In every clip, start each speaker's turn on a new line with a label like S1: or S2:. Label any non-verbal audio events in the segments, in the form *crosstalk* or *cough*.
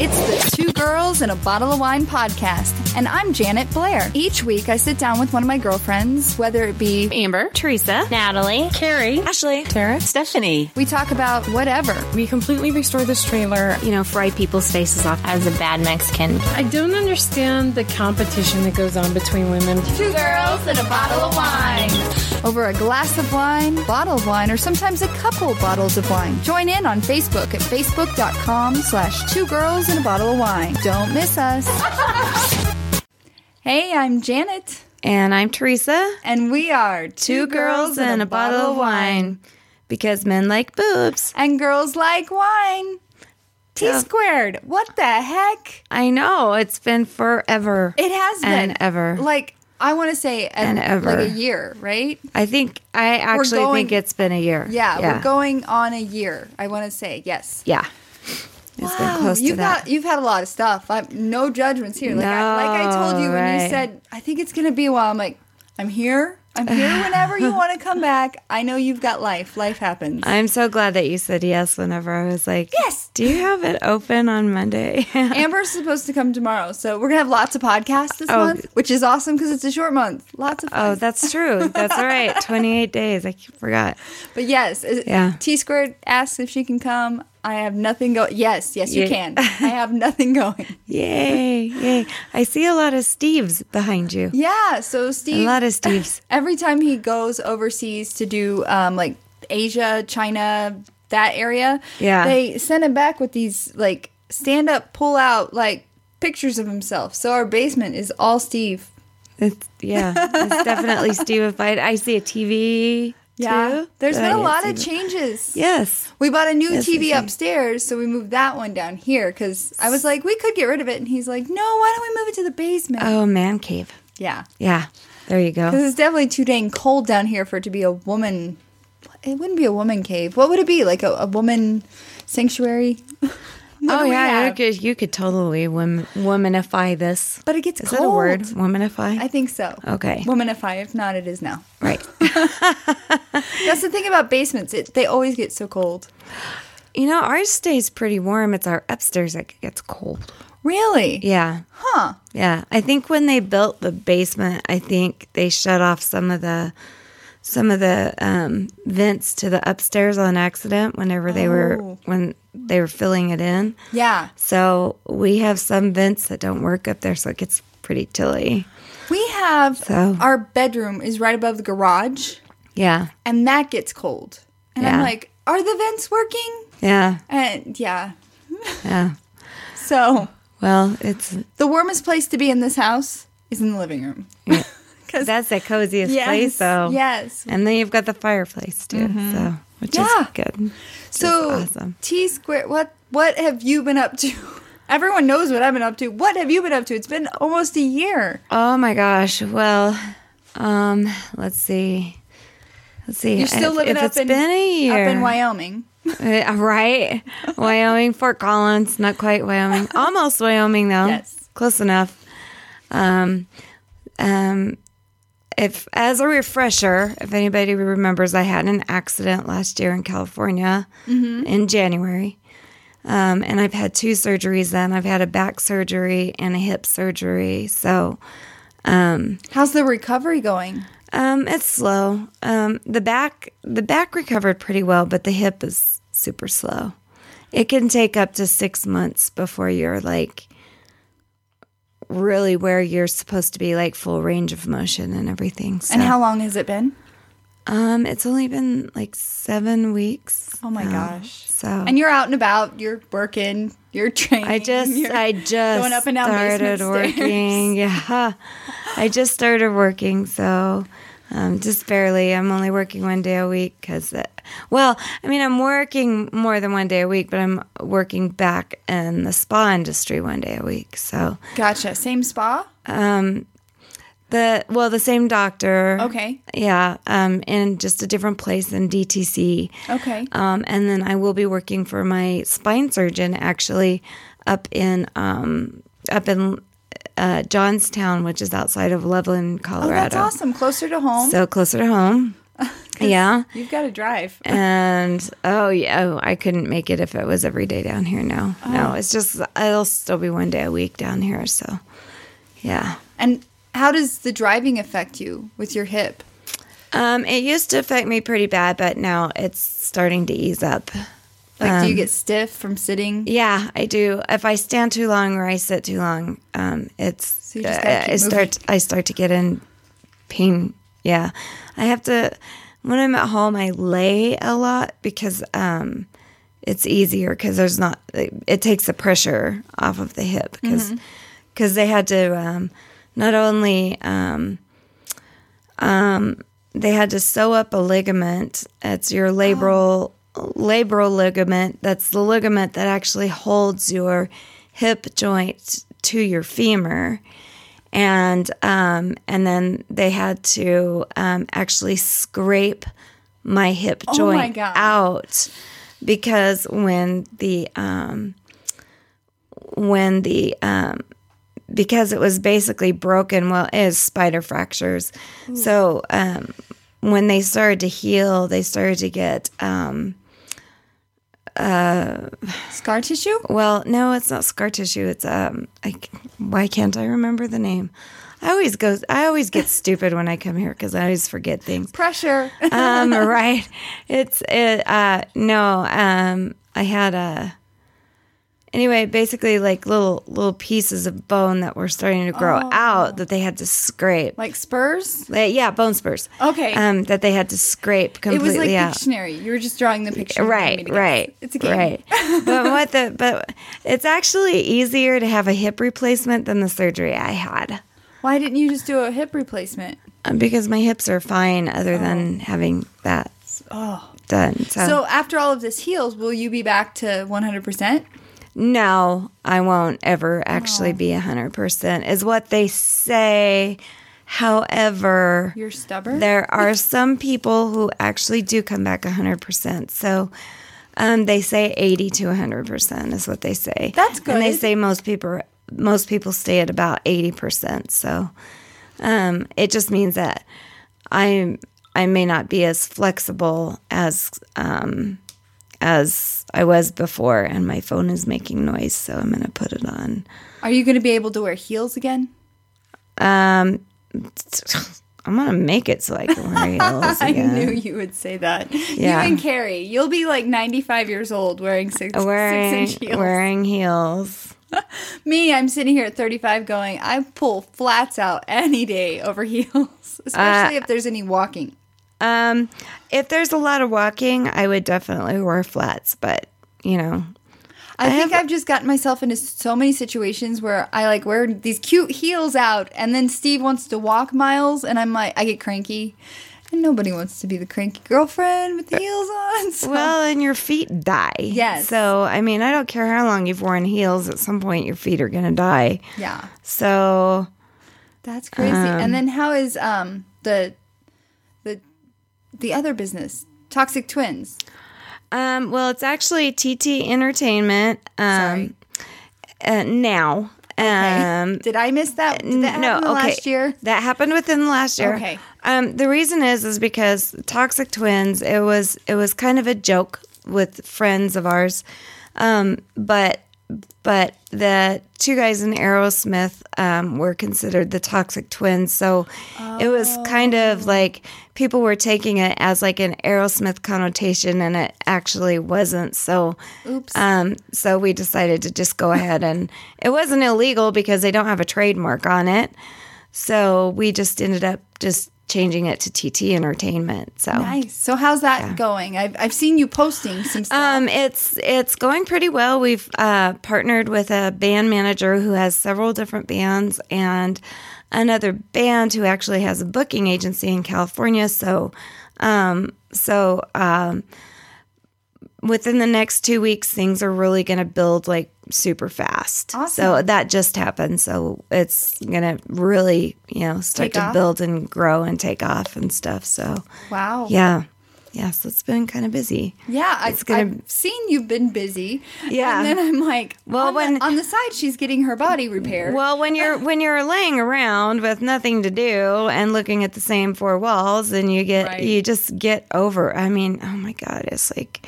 S1: It's the Two Girls and a Bottle of Wine podcast, and I'm Janet Blair. Each week, I sit down with one of my girlfriends, whether it be
S2: Amber,
S3: Teresa,
S2: Natalie,
S3: Carrie,
S2: Ashley, Tara, Stephanie.
S1: we talk about whatever.
S4: We completely restored this trailer.
S3: You know, fry people's faces off as a bad Mexican.
S4: I don't understand the competition that goes on between women.
S1: Two girls and a bottle of wine. Over a glass of wine, bottle of wine, or sometimes a couple bottles of wine. Join in on Facebook at facebook.com slash two girls and a bottle of wine. Don't miss *laughs* us. hey, I'm Janet,
S3: And I'm Teresa.
S1: and we are
S3: Two girls and a bottle of wine. Because men like boobs.
S1: And girls like wine. T squared. What the heck?
S3: I know it's been forever.
S1: It has
S3: And
S1: been
S3: ever.
S1: Like I want to say a,
S3: And ever.
S1: like a year, right?
S3: I think I actually
S1: going-
S3: think it's been a year.
S1: Yeah,
S3: yeah.
S1: we're going on a year. I want to say yes.
S3: Yeah, It's been
S1: Wow,
S3: close to
S1: you've
S3: that.
S1: got you've had a lot of stuff. I'm, no judgments here. Like I, like I told you
S3: No,
S1: when you
S3: right.
S1: said I think it's gonna be a while. I'm like I'm here. I'm
S3: *sighs*
S1: here whenever you want to come back. I know you've got life. Life happens.
S3: I'm so glad that you said yes. Whenever I was like,
S1: Yes.
S3: do you have it open on Monday? *laughs*
S1: Amber's supposed to come tomorrow, so we're gonna have lots of podcasts this
S3: Oh.
S1: month, which is awesome because it's a short month. Lots of fun.
S3: oh, that's true. That's all right. *laughs* Twenty eight days. I forgot.
S1: But yes, is-
S3: Yeah.
S1: T squared asks if she can come. I have nothing going. Yes, yes, you
S3: Yeah.
S1: can.
S3: *laughs*
S1: I have nothing going.
S3: Yay! Yay! I see a lot of Steves behind you.
S1: Yeah. So Steve,
S3: A lot of Steves.
S1: every time he goes overseas to do um, like Asia, China, that area,
S3: Yeah.
S1: they send him back with these like stand up, pull out like pictures of himself. So our basement is all Steve.
S3: It's, yeah,
S1: *laughs*
S3: it's definitely Stevified. I see a TV.
S1: Yeah.
S3: too.
S1: There's
S3: that
S1: been
S3: I
S1: a
S3: didn't
S1: lot
S3: see
S1: of
S3: before.
S1: changes.
S3: Yes.
S1: We bought a new
S3: Yes,
S1: TV
S3: yes.
S1: upstairs, so we moved that one down here because I was like, we could get rid of it. And he's like, no, why don't we move it to the basement?
S3: Oh, man cave.
S1: Yeah.
S3: Yeah. There you go.
S1: Because it's definitely too dang cold down here for it to be a woman. It wouldn't be a woman cave. What would it be? Like a, a woman
S3: *laughs*
S1: sanctuary? What
S3: oh
S1: do we
S3: yeah, you
S1: have?
S3: could you could totally wom- womanify this.
S1: But it gets
S3: Is
S1: cold.
S3: that a word? Womanify.
S1: I think so.
S3: Okay.
S1: Womanify. If not, it is now.
S3: right.
S1: *laughs*
S3: *laughs*
S1: That's the thing about basements. It, they always get so cold.
S3: You know, ours stays pretty warm. It's our upstairs that gets cold.
S1: Really?
S3: Yeah.
S1: Huh.
S3: Yeah, I think when they built the basement, I think they shut off some of the some of the um, vents to the upstairs on accident whenever they were
S1: Oh.
S3: when they were filling it in.
S1: Yeah.
S3: So we have some vents that don't work up there, so it gets pretty chilly.
S1: We have
S3: So-
S1: our bedroom is right above the garage,
S3: Yeah,
S1: and that gets cold. And I'm
S3: Yeah.
S1: like, are the vents working?
S3: yeah,
S1: And yeah.
S3: yeah.
S1: So
S3: Well, it's
S1: the warmest place to be in this house is in the living room.
S3: that's the coziest
S1: Yes,
S3: place, though.
S1: yes. Mm-hmm.
S3: and then you've got the fireplace too, so which
S1: Yeah.
S3: is good.
S1: So
S3: That's awesome.
S1: T square what what have you been up to? *laughs* Everyone knows what I've been up to. What have you been up to? It's been almost a year.
S3: Oh my gosh. Well, um, let's see. Let's see.
S1: You're still
S3: If-
S1: living
S3: if
S1: up
S3: it's
S1: in
S3: been a year,
S1: up in Wyoming.
S3: Uh, right? Wyoming, Fort Collins, not quite
S1: *laughs*
S3: Wyoming, almost Wyoming though.
S1: Yes.
S3: close enough. Um, um, if as a refresher, if anybody remembers, I had an accident last year in California
S1: Mm-hmm.
S3: in January. Um, and I've had two surgeries then. I've had a back surgery and a hip surgery. So,
S1: How's the recovery going?
S3: Um, it's slow. Um, the back the back recovered pretty well, but the hip is super slow. It can take up to six months before you're like really where you're supposed to be, like full range of motion and everything. So,
S1: And how long has it been?
S3: um, it's only been like seven weeks.
S1: Oh my
S3: now.
S1: gosh.
S3: So
S1: And you're out and about, you're working, you're training.
S3: I just
S1: you're
S3: I just
S1: going up and down
S3: started
S1: basement
S3: working. *laughs* Yeah. I just started working, so um, just barely. I'm only working one day a week because, well, I mean, I'm working more than one day a week, but I'm working back in the spa industry one day a week. So
S1: Gotcha. Same spa?
S3: the well, the same doctor.
S1: Okay.
S3: Yeah, um, in just a different place in DTC.
S1: Okay.
S3: Um, and then I will be working for my spine surgeon actually up in um, up in uh, Johnstown, which is outside of Loveland,
S1: oh,
S3: Colorado.
S1: that's awesome. Closer to home.
S3: So closer to home. yeah.
S5: You've got to drive.
S3: And oh yeah, oh, I couldn't make it if it was every day down here. No, no, it's just it'll still be one day a week down here. So, yeah.
S1: And how does the driving affect you with your hip?
S3: Um, it used to affect me pretty bad, but now it's starting to ease up.
S1: Like,
S3: Um,
S1: do you get stiff from sitting?
S3: Yeah, I do. If I stand too long or I sit too long, um, it's
S1: you just gotta
S3: uh,
S1: keep
S3: I start I start to get in pain. Yeah, I have to when I'm at home. I lay a lot because um, it's easier because there's not it, it takes the pressure off of the hip because
S1: Mm-hmm.
S3: they had to um, not only um, they had to sew up a ligament. It's your labral labral ligament. That's the ligament that actually holds your hip joint to your femur. And um, and then they had to um, actually scrape my hip joint
S1: God.
S3: out because when the um, when the um, because it was basically broken. Well, it is spider fractures. So um, when they started to heal, they started to get um,
S1: Scar tissue?
S3: well. No, it's not scar tissue. It's um. I, c- why can't I remember the name? I always go. I
S1: *laughs*
S3: always get stupid when I come here because I always forget things.
S1: Pressure. *laughs*
S3: Um, *laughs* right. It's it. Uh, no. Um, I had a. Anyway, basically, like little little pieces of bone that were starting to grow
S1: Oh.
S3: out that they had to scrape.
S1: like spurs?
S3: Like, yeah, bone spurs.
S1: Okay.
S3: Um, that they had to scrape
S1: It was like
S3: completely out.
S1: Pictionary. You were just drawing the picture. and giving me
S3: Right,
S1: to
S3: right.
S1: guess. It's a game. *laughs*
S3: Right. but what the but it's actually easier to have a hip replacement than the surgery I had.
S1: Why didn't you just do a hip replacement?
S3: Um, Because my hips are fine other than having that done. So,
S1: Oh. So after all of this heals, will you be back to 100%?
S3: no, I won't ever
S1: Oh.
S3: actually be a hundred percent is what they say. However,
S1: You're stubborn.
S3: There are some people who actually do come back 100%. So um, they say 80 to 100% is what they say.
S1: That's
S3: And they
S1: good.
S3: say most people most people stay at about 80%. So um, it just means that I I may not be as flexible as um, as I was before and my phone is making noise, so I'm going to put it on.
S1: Are you going to be able to wear heels again?
S3: Um, *laughs* I'm going to make it so I can wear heels
S1: *laughs* I
S3: again.
S1: knew you would say that.
S3: Yeah.
S1: You and Carrie, you'll be like 95 years old wearing *laughs* six,
S3: wearing
S1: six inch heels.
S3: wearing heels.
S1: Me, I'm sitting here at 35 going, I pull flats out any day over *laughs* heels, especially
S3: Uh,
S1: if there's any walking.
S3: Um, if there's a lot of walking, I would definitely wear flats, but you know,
S1: I, think I've just gotten myself into so many situations where I like wear these cute heels out, and then Steve wants to walk miles, and I'm like, I get cranky, and nobody wants to be the cranky girlfriend with the heels on. *laughs* So.
S3: Uh, well, and your feet die.
S1: Yes.
S3: So I mean, I don't care how long you've worn heels. At some point, your feet are gonna die.
S1: yeah,
S3: So
S1: that's crazy. and then how is um the the the other business, Toxic Twins?
S3: Um, well, it's actually TT Entertainment um, Uh, now.
S1: *laughs*
S3: Um,
S1: Did I miss that? Did that happen
S3: okay.
S1: last year?
S3: That happened within the last year.
S1: Okay.
S3: Um, the reason is is because Toxic Twins. It was it was kind of a joke with friends of ours, um, but but the two guys in Aerosmith um, were considered the Toxic Twins. So it was kind
S1: Oh.
S3: of like people were taking it as like an Aerosmith connotation, and it actually wasn't. So
S1: Oops.
S3: um, so we decided to
S1: *laughs*
S3: just go ahead and it wasn't illegal because they don't have a trademark on it. So we just ended up just changing it to TT Entertainment. So
S1: Nice. So how's that going? I've I've seen you posting some stuff.
S3: um, it's it's going pretty well. We've uh, partnered with a band manager who has several different bands and another band who actually has a booking agency in California. So um, so um, within the next two weeks, things are really going to build like super fast. So
S1: Awesome.
S3: that just happened. So it's going to really you know start
S1: Take
S3: to
S1: off?
S3: build and grow and take off and stuff. So
S1: wow.
S3: yeah. Yes, it's been kind of busy.
S1: Yeah, I,
S3: It's gonna-
S1: I've seen you've been busy.
S3: Yeah.
S1: and then I'm like,
S3: Well,
S1: on
S3: when-
S1: the, on the side she's getting her body repaired.
S3: Well,
S1: *laughs*
S3: when you're when you're laying around with nothing to do and looking at the same four walls, and you get
S1: Right.
S3: you just get over. I mean, oh my god, it's like,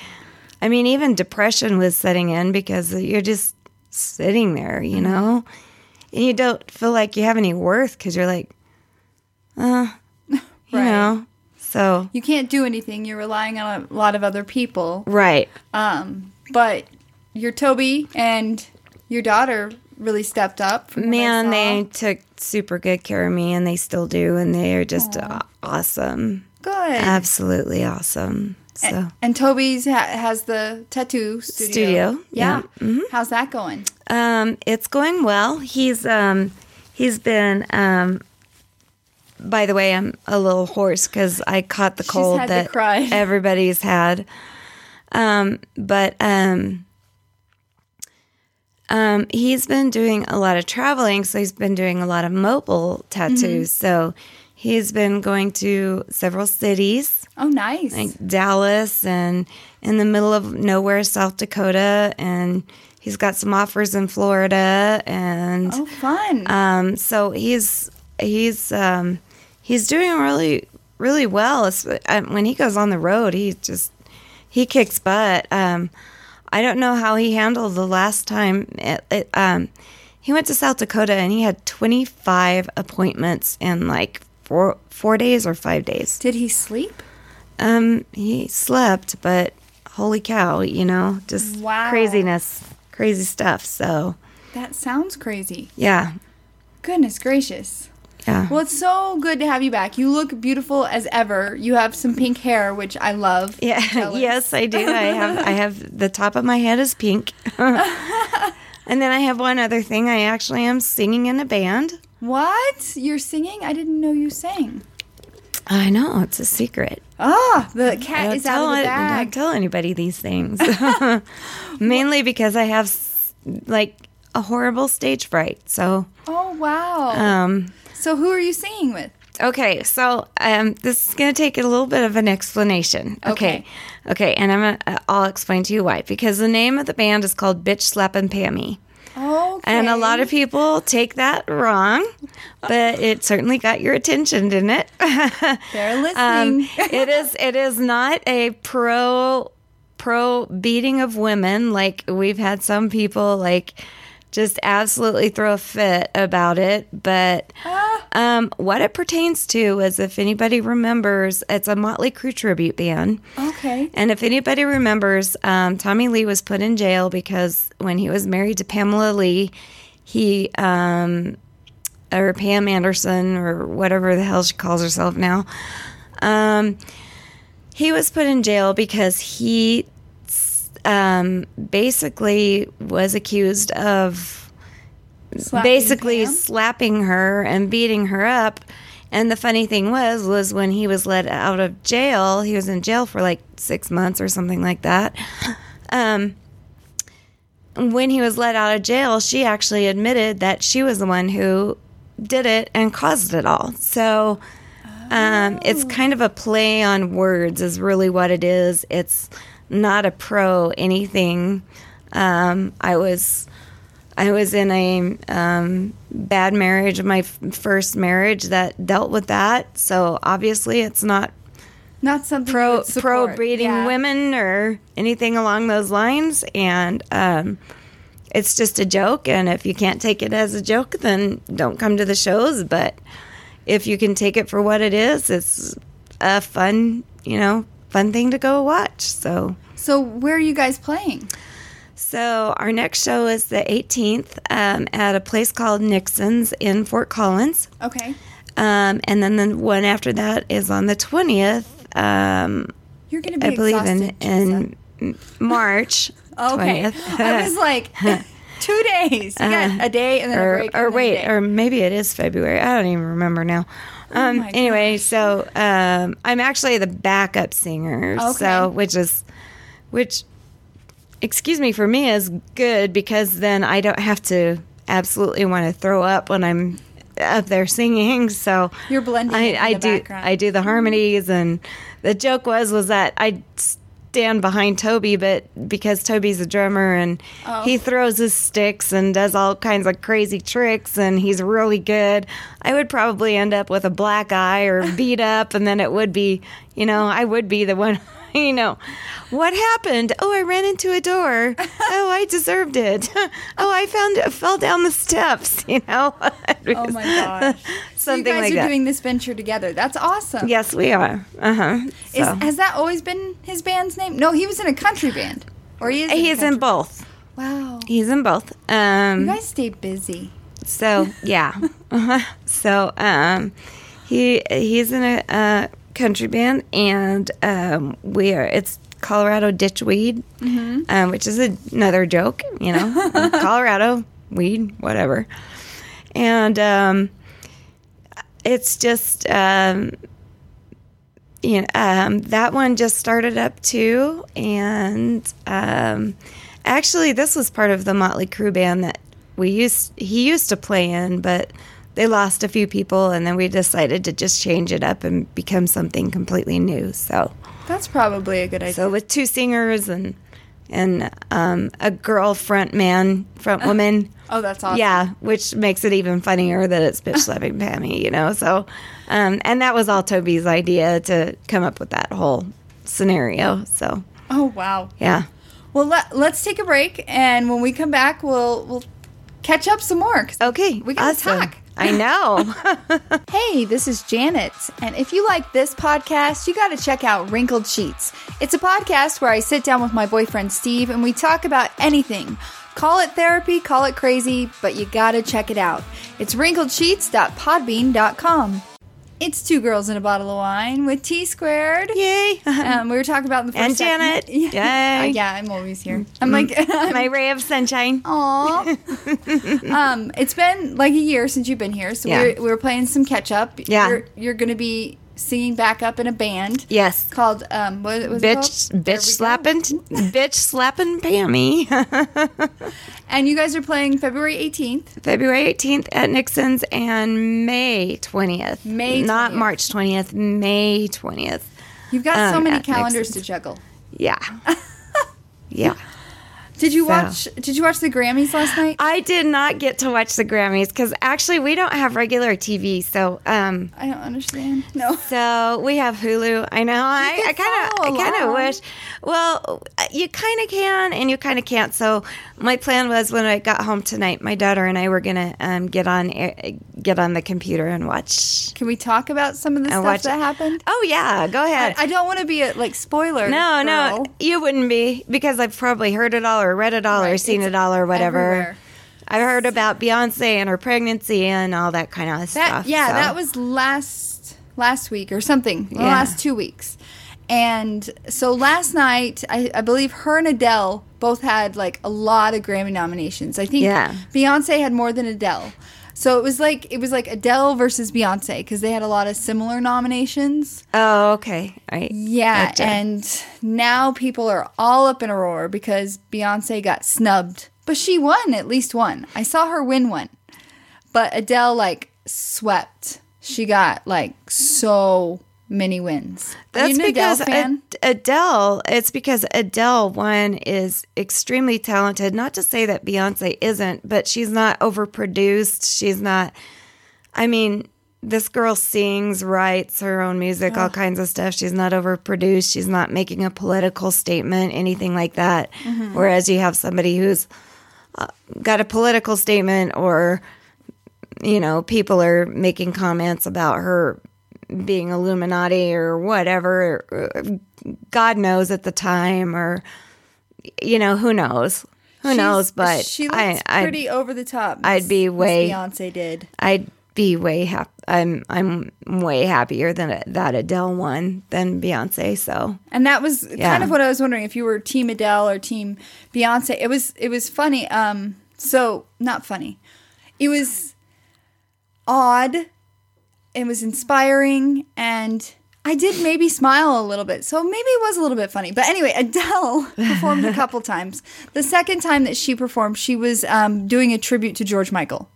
S3: I mean, even depression was setting in because you're just sitting there,
S1: Mm-hmm.
S3: you know, and you don't feel like you have any worth because you're like, uh,
S1: Right.
S3: you know, so
S1: you can't do anything. You're relying on a lot of other people.
S3: right,
S1: Um, but your Toby and your daughter really stepped up. from what I
S3: man,
S1: saw.
S3: they took super good care of me, and they still do, and they are just aw- awesome,
S1: good.
S3: absolutely awesome. So.
S1: And, and Toby's ha- has the tattoo studio.
S3: Studio,
S1: yeah. How's that going?
S3: Um, it's going well. He's um, he's been. Um, by the way, I'm a little hoarse because I caught the cold
S1: had the
S3: that
S1: cry. *laughs*
S3: everybody's had. Um, but um, um, he's been doing a lot of traveling, so he's been doing a lot of mobile tattoos.
S1: Mm-hmm.
S3: So he's been going to several cities
S1: Oh, nice.
S3: like Dallas and in the middle of nowhere, South Dakota, and he's got some offers in Florida, and
S1: Oh, fun.
S3: um, so he's he's um, he's doing really really well. It's- um, When he goes on the road, he just he kicks butt. Um, I don't know how he handled the last time. It, it, um, he went to South Dakota and he had 25 appointments in like four four days or five days.
S1: Did he sleep?
S3: Um, he slept, but holy cow, you know, just
S1: Wow.
S3: craziness, crazy stuff. So,
S1: That sounds crazy.
S3: yeah,
S1: Goodness gracious.
S3: yeah.
S1: Well, it's so good to have you back. You look beautiful as ever. You have some pink hair, which I love.
S3: *laughs* yeah,
S1: Jealous.
S3: yes, I do. I have, I have the top of my head
S1: *laughs*
S3: is pink, and then I have one other thing. I actually am singing in a band.
S1: What? You're singing? I didn't know you sang.
S3: I know it's a secret.
S1: Ah, the cat
S3: don't
S1: is out of the
S3: it-
S1: bag.
S3: Don't tell anybody
S1: *laughs*
S3: these things. *laughs* Mainly because I have s- like a horrible stage fright. So,
S1: Oh, wow.
S3: um,
S1: so, who are you singing with?
S3: Okay, so um, this is going to take a little bit of an explanation. Okay, okay, and I'm gonna, uh, I'll explain to you why. Because the name of the band is called Bitch Slap and Pammy,
S1: Okay.
S3: and a lot of people take that wrong, but it certainly got your attention, didn't it? *laughs*
S1: They're
S3: Um,
S1: listening.
S3: it is. It is not a pro pro beating of women like we've had some people like just absolutely throw a fit about it but um, what it pertains to is if anybody remembers it's a motley crew tribute band *laughs*
S1: okay.
S3: and if anybody remembers, um, Tommy Lee was put in jail because when he was married to Pamela Lee, he um, or Pam Anderson or whatever the hell she calls herself now, um, he was put in jail because he um, basically was accused of
S1: Slapping
S3: basically
S1: Pam.
S3: slapping her and beating her up. And the funny thing was, was when he was let out of jail, he was in jail for like six months or something like that. Um, when he was let out of jail, she actually admitted that she was the one who did it and caused it all. So um, it's kind of a play on words, is really what it is. It's not a pro anything. Um, I was I was in a um, bad marriage, my f- first marriage that dealt with that. So obviously, it's not
S1: Not something you
S3: pro
S1: would support.
S3: pro breeding
S1: Yeah.
S3: women or anything along those lines. And um, it's just a joke. And if you can't take it as a joke, then don't come to the shows. But if you can take it for what it is, it's a fun, you know, fun thing to go watch. So.
S1: So, where are you guys playing?
S3: So our next show is the 18th um, at a place called Nixon's in Fort Collins,
S1: Okay.
S3: um, and then the one after that is on the 20th. Um,
S1: You're going to be
S3: I believe in
S1: exhausted, Teresa.
S3: in M- March.
S1: *laughs* Okay. *laughs*
S3: 20th.
S1: I
S3: *laughs*
S1: was like, two days. You got a day and then a
S3: Uh-huh.
S1: break. and
S3: or, or
S1: then a
S3: wait,
S1: day.
S3: or maybe it is February. I don't even remember now. Um,
S1: Oh my
S3: anyway, so um, I'm actually the backup singer,
S1: Okay.
S3: so which is which. Excuse me, for me is good because then I don't have to absolutely want to throw up when I'm up there singing. So
S1: You're blending
S3: I,
S1: it in
S3: I
S1: the
S3: do.
S1: background.
S3: I do the harmonies, and the joke was was that I stand behind Toby, but because Toby's a drummer and
S1: Oh.
S3: he throws his sticks and does all kinds of crazy tricks, and he's really good, I would probably end up with a black eye or *laughs* beat up, and then it would be, you know, I would be the one. *laughs* You know, what happened? Oh, I ran into a door. Oh, I deserved it. *laughs* Oh, I found fell down the steps. *laughs* You know,
S1: Oh my gosh. so you
S3: Something
S1: guys
S3: like
S1: are
S3: that.
S1: doing this venture together. That's awesome.
S3: Yes, we are. Uh huh.
S1: Is,
S3: So.
S1: Has that always been his band's name? No, he was in a country band. Or he is.
S3: He's
S1: a
S3: in
S1: country-
S3: both.
S1: Wow.
S3: He's in both.
S1: You
S3: Um.
S1: guys stay busy.
S3: So
S1: *laughs*
S3: yeah. Uh-huh. So um, he he's in a, uh country band, and um, we are. It's Colorado Ditchweed,
S1: Mm-hmm.
S3: um, which is another joke. You
S1: *laughs*
S3: know, Colorado weed, whatever. And um, it's just um, you know, um, that one just started up too, and um, actually, this was part of the Motley Crue band that we used. He used to play in, but they lost a few people, and then we decided to just change it up and become something completely new. So,
S1: That's probably a good idea.
S3: so with two singers and and um, a girl front man, front woman.
S1: oh, that's awesome.
S3: Yeah, which makes it even funnier that it's bitch
S1: *laughs*
S3: slapping Pammy, you know. So, um, and that was all Toby's idea to come up with that whole scenario. So,
S1: Oh, wow.
S3: yeah,
S1: Well, let, let's take a break, and when we come back, we'll we'll catch up some more. 'cause
S3: okay,
S1: we gotta
S3: awesome.
S1: talk. *laughs*
S3: I know.
S1: Hey, this is Janet, and if you like this podcast, you got to check out Wrinkled Sheets. It's a podcast where I sit down with my boyfriend Steve and we talk about anything. Call it therapy, call it crazy, but you got to check it out. It's wrinkledsheets.podbean.com. It's two girls in a bottle of wine with T squared.
S3: Yay!
S1: Um, we were talking about in the first
S3: And
S1: segment- *laughs*
S3: Janet.
S1: Yeah,
S3: Yay.
S1: yeah, I'm always here. I'm like, *laughs*
S3: My ray of sunshine.
S1: Uh, Aw. *laughs* um, it's been like a year since you've been here, so
S3: Yeah.
S1: we, were, we were playing some catch up.
S3: Yeah.
S1: You're, you're going to be singing back up in a band
S3: Yes,
S1: called, um, what was it
S3: bitch,
S1: called? There we go.
S3: bitch slapping, bitch slapping Pammy. *laughs*
S1: And you guys are playing February 18th.
S3: February 18th at Nixon's and May 20th.
S1: May
S3: Not
S1: 20th.
S3: March 20th, May 20th.
S1: You've got so
S3: Um,
S1: many
S3: at Nixon's.
S1: calendars to juggle. *laughs*
S3: Yeah. yeah.
S1: Did you
S3: So.
S1: watch Did you watch the Grammys last night?
S3: I did not get to watch the Grammys because actually we don't have regular TV. So, um,
S1: I don't understand. No.
S3: so we have Hulu. I know. I
S1: can
S3: I kind
S1: follow
S3: of I kind of
S1: along.
S3: wish. Well, uh, you kind of can and you kind of can't. So my plan was when I got home tonight, my daughter and I were gonna um, get on air, get on the computer and watch
S1: Can we talk about some of the
S3: and
S1: stuff
S3: watch
S1: that happened?
S3: Oh yeah, go
S1: I,
S3: ahead.
S1: I don't want to be a like spoiler.
S3: no,
S1: girl.
S3: no, you wouldn't be because I've probably heard it all or read it all or
S1: Right,
S3: seen
S1: it's
S3: it all or whatever.
S1: everywhere.
S3: I heard about Beyonce and her pregnancy and all that kind of
S1: That
S3: stuff.
S1: yeah,
S3: so.
S1: that was last last week or something. The
S3: Yeah.
S1: last two weeks. And so last night, I, I believe her and Adele both had like a lot of Grammy nominations. I think
S3: Yeah.
S1: Beyonce had more than Adele. So it was like it was like Adele versus Beyonce because they had a lot of similar nominations.
S3: Oh, okay. Right.
S1: Yeah,
S3: Gotcha.
S1: and now people are all up in a roar because Beyonce got snubbed, but she won at least one. I saw her win one, but Adele like swept. She got like so many wins. Are
S3: That's
S1: you an Adele
S3: because
S1: fan?
S3: Ad- Adele. It's because Adele one is extremely talented. Not to say that Beyonce isn't, but she's not overproduced. She's not. I mean, this girl sings, writes her own music, all kinds of stuff. She's not overproduced. She's not making a political statement, anything like that.
S1: Mm-hmm.
S3: Whereas you have somebody who's uh, got a political statement or you know, people are making comments about her being Illuminati or whatever. or God knows at the time, or you know, who knows? Who
S1: She's-
S3: knows? But
S1: she looks
S3: I, I'd,
S1: pretty over the top.
S3: I'd be
S1: Miss
S3: way-
S1: Beyonce did.
S3: I'd be way happy. I'm I'm way happier than that Adele one than Beyonce. So
S1: And that was kind
S3: Yeah.
S1: of what I was wondering if you were team Adele or team Beyonce. It was it was funny. Um so not funny. It was odd. It was inspiring and I did maybe smile a little bit. So maybe it was a little bit funny. But anyway, Adele *laughs* performed a couple times. The second time that she performed, she was um, doing a tribute to George Michael.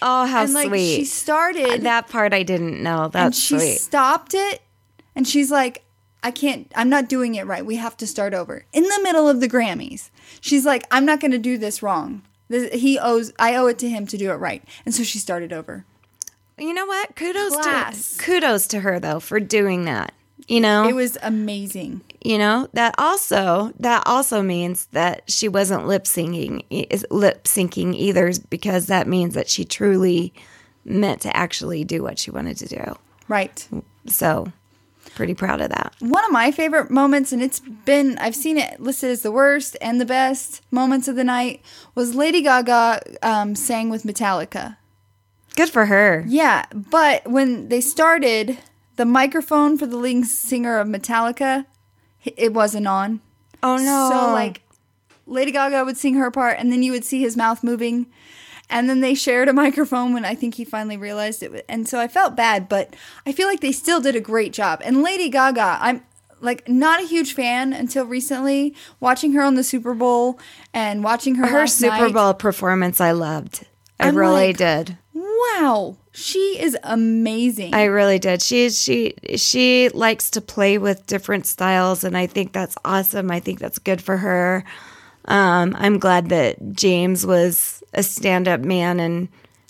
S3: Oh, how
S1: and like
S3: sweet.
S1: she started
S3: that part I didn't know.
S1: and
S3: That's
S1: she
S3: sweet.
S1: stopped it and she's like i can't i'm not doing it right we have to start over in the middle of the grammys she's like i'm not going to do this wrong This- he owes i owe it to him to do it right and so she started over
S3: You know what? Kudos
S1: Class.
S3: to kudos to her though for doing that. You know,
S1: it was amazing
S3: you know that also that also means that she wasn't lip syncing is lip syncing either because that means that she truly meant to actually do what she wanted to do.
S1: right
S3: So, pretty proud of that.
S1: one of my favorite moments, and it's been, I've seen it listed as the worst and the best moments of the night, was Lady Gaga um, sang with Metallica.
S3: Good for her.
S1: Yeah, but when they started, the microphone for the leading singer of Metallica, h- it wasn't on.
S3: Oh no.
S1: So, like, Lady Gaga would sing her part, and then you would see his mouth moving. And then they shared a microphone when I think he finally realized it. wa- And so I felt bad, but I feel like they still did a great job. And Lady Gaga, I'm like not a huge fan until recently. Watching her on the Super Bowl and watching her
S3: her
S1: last
S3: Super
S1: night,
S3: Bowl performance I loved. I
S1: I'm
S3: really
S1: like-
S3: did.
S1: Wow, she is amazing.
S3: I really did. She she she likes to play with different styles, and I think that's awesome. I think that's good for her. Um, I'm glad that James was a stand up man and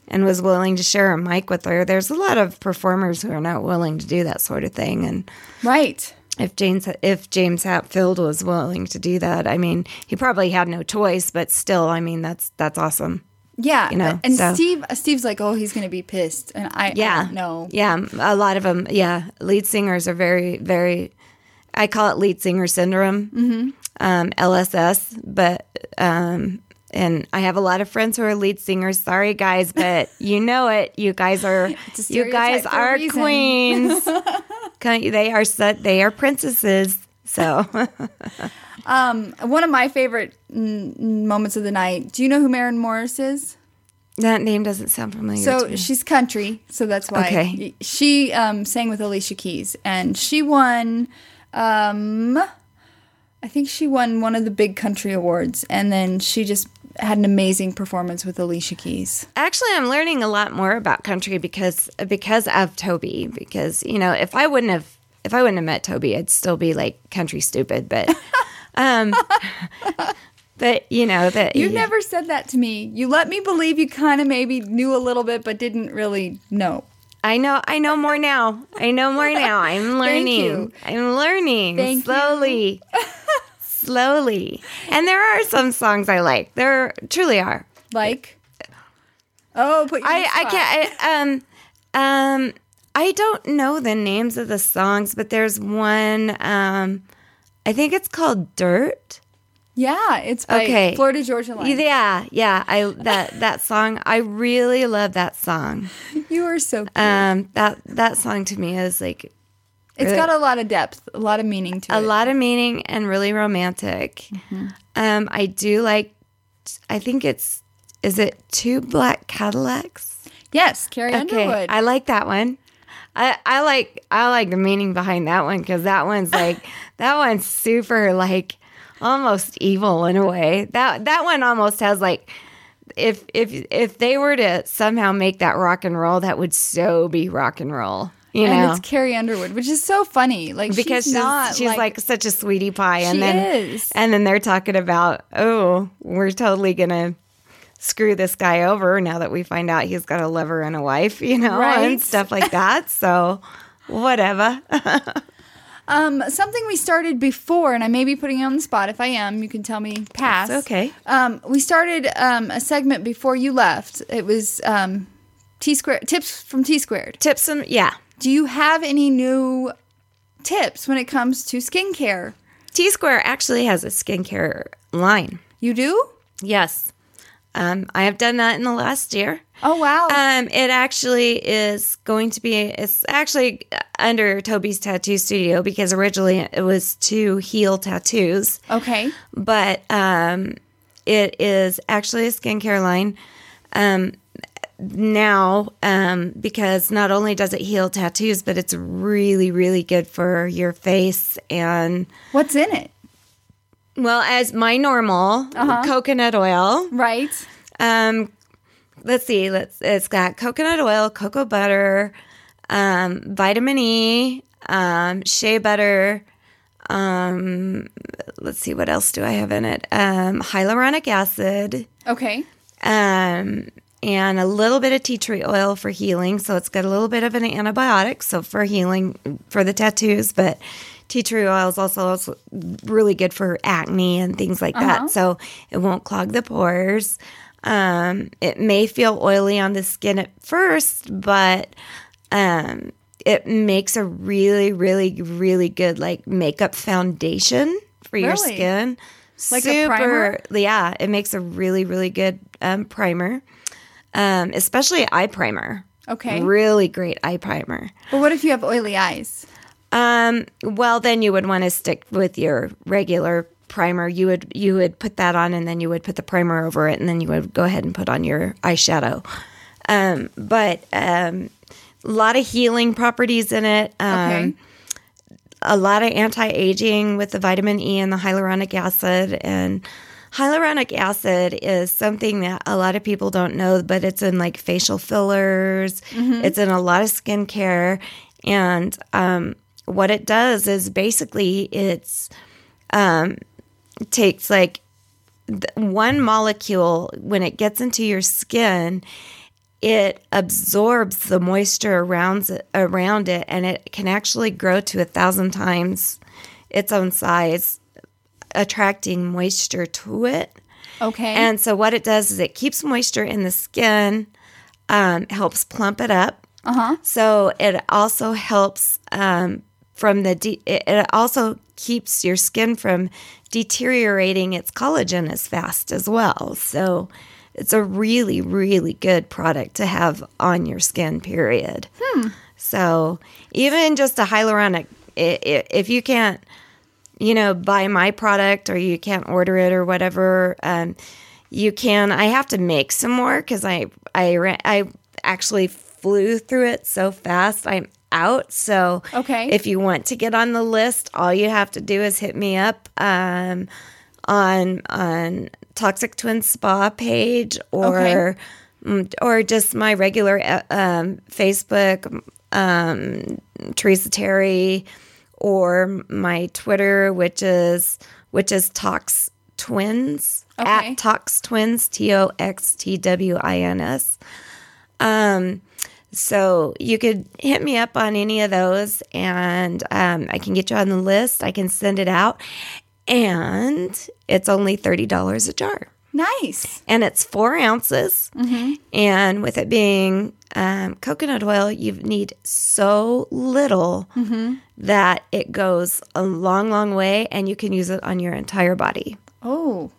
S3: and was willing to share a mic with her. There's a lot of performers who are not willing to do that sort of thing, and
S1: right.
S3: if James if James Hatfield was willing to do that, I mean, he probably had no choice. But still, I mean, that's that's awesome.
S1: Yeah,
S3: you know,
S1: and
S3: so-
S1: Steve, Steve's like, oh, he's gonna be pissed, and I, I
S3: Yeah.
S1: don't know.
S3: Yeah. A lot of them. Yeah. Lead singers are very, very, I call it lead singer syndrome, mm-hmm. um, LSS. But, um, and I have a lot of friends who are lead singers. Sorry,
S1: *laughs*
S3: guys, but you know it. You guys are,
S1: It's a
S3: you guys
S1: stereotype for a
S3: are
S1: reason. *laughs*
S3: queens. Can't you- they are set, they are princesses. So *laughs*
S1: One of my favorite mm, mm, moments of the night. Do you know who Maren Morris is?
S3: that name doesn't sound familiar. to
S1: So
S3: me.
S1: she's country, so that's why
S3: Okay.
S1: she um, sang with Alicia Keys, and she won. Um, I think she won one of the big country awards, and then she just had an amazing performance with Alicia Keys.
S3: Actually, I'm learning a lot more about country because because of Toby. Because you know, if I wouldn't have if I wouldn't have met Toby, I'd still be like country
S1: *laughs*
S3: stupid. But um, *laughs* but you know that
S1: You never said that to me. You let me believe you kind of maybe knew a little bit, but didn't really know.
S3: I know I know more now. I know more now.
S1: *laughs*
S3: I'm learning.
S1: you.
S3: I'm learning
S1: Thank *laughs*
S3: slowly. slowly. And there are some songs I like. There truly are.
S1: Like, oh, but
S3: I, I can't. I, um, um, I don't know the names of the songs, but there's one. Um, I think it's called Dirt.
S1: Yeah, it's by
S3: Okay.
S1: Florida Georgia Line.
S3: Yeah, yeah. I that that song. I really love that song.
S1: You are so. Cute.
S3: Um, that that song to me is like
S1: it's got a lot of depth, a lot of meaning to
S3: a
S1: it.
S3: lot of meaning and really romantic. Um, I do like. I think it's is it two black Cadillacs.
S1: Yes, Carrie Underwood.
S3: I like that one. I, I like I like the meaning behind that one because that one's
S1: *laughs*
S3: like that one's super like almost evil in a way. That that one almost has like if if if they were to somehow make that rock and roll, that would so be rock and roll. You
S1: and
S3: know,
S1: it's Carrie Underwood, which is so funny. Like
S3: because
S1: she's,
S3: she's,
S1: not
S3: she's like, such a sweetie pie, and
S1: She
S3: then
S1: is.
S3: and then they're talking about oh, we're totally gonna screw this guy over now that we find out he's got a lover and a wife, you know,
S1: Right.
S3: and stuff
S1: *laughs*
S3: like that. so whatever.
S1: um something we started before, and I may be putting you on the spot. If I am, you can tell me pass.
S3: That's okay.
S1: Um, we started um, a segment before you left. It was um, T squared tips from T squared.
S3: Tips and yeah,
S1: Do you have any new tips when it comes to skincare?
S3: T Square actually has a skincare line.
S1: You do?
S3: Yes, um, I have done that in the last year.
S1: Oh wow!
S3: Um, it actually is going to be. It's actually under Toby's tattoo studio because originally it was to heal tattoos,
S1: okay.
S3: but um, it is actually a skincare line. Um, now, um, because not only does it heal tattoos, but it's really, really good for your face and
S1: What's in it?
S3: well, as my normal coconut oil,
S1: Right.
S3: um, let's see. Let's. It's got coconut oil, cocoa butter, um, vitamin E, um, shea butter. Um, let's see. What else do I have in it? Um, hyaluronic acid.
S1: Okay.
S3: um, and a little bit of tea tree oil for healing. So it's got a little bit of an antibiotic, so for healing for the tattoos, but tea tree oil is also, also really good for acne and things like that. So it won't clog the pores. Um, it may feel oily on the skin at first, but um, it makes a really, really, really good like makeup foundation for your
S1: Really?
S3: skin.
S1: Like a primer?
S3: Yeah, it makes a really, really good um, primer, um, especially eye primer.
S1: Okay.
S3: Really great eye primer.
S1: But what if you have oily eyes?
S3: Um, well, then you would want to stick with your regular primer. You would you would put that on, and then you would put the primer over it, and then you would go ahead and put on your eyeshadow. Um, but um, a lot of healing properties in it.
S1: Okay.
S3: Um, a lot of anti-aging with the vitamin E and the hyaluronic acid and hyaluronic acid is something that a lot of people don't know but it's in like facial fillers it's in a lot of skincare and um, what it does is basically it's um, takes like th- one molecule when it gets into your skin it absorbs the moisture around around it and it can actually grow to a thousand times its own size attracting moisture to it
S1: Okay.
S3: and so what it does is it keeps moisture in the skin um, helps plump it up uh-huh. so it also helps um, from the de- it it also keeps your skin from deteriorating its collagen as fast as well so it's a really really good product to have on your skin period so even just a hyaluronic i- i- if you can't you know, buy my product or you can't order it or whatever. Um, you can. I have to make some more because I I ran, I actually flew through it so fast. I'm out. So
S1: Okay.
S3: if you want to get on the list, all you have to do is hit me up um, on on Toxic Twin Spa page or.
S1: Okay.
S3: mm, Or just my regular uh, um, Facebook um, Teresa Terry or my Twitter, which is which is Tox Twins
S1: Okay.
S3: at Tox Twins T O X T W I N S. Um, so you could hit me up on any of those, and um, I can get you on the list. I can send it out, and it's only thirty dollars a jar
S1: nice.
S3: and it's four ounces. And with it being um, coconut oil, you need so little that it goes a long, long way, and you can use it on your entire body.
S1: Oh.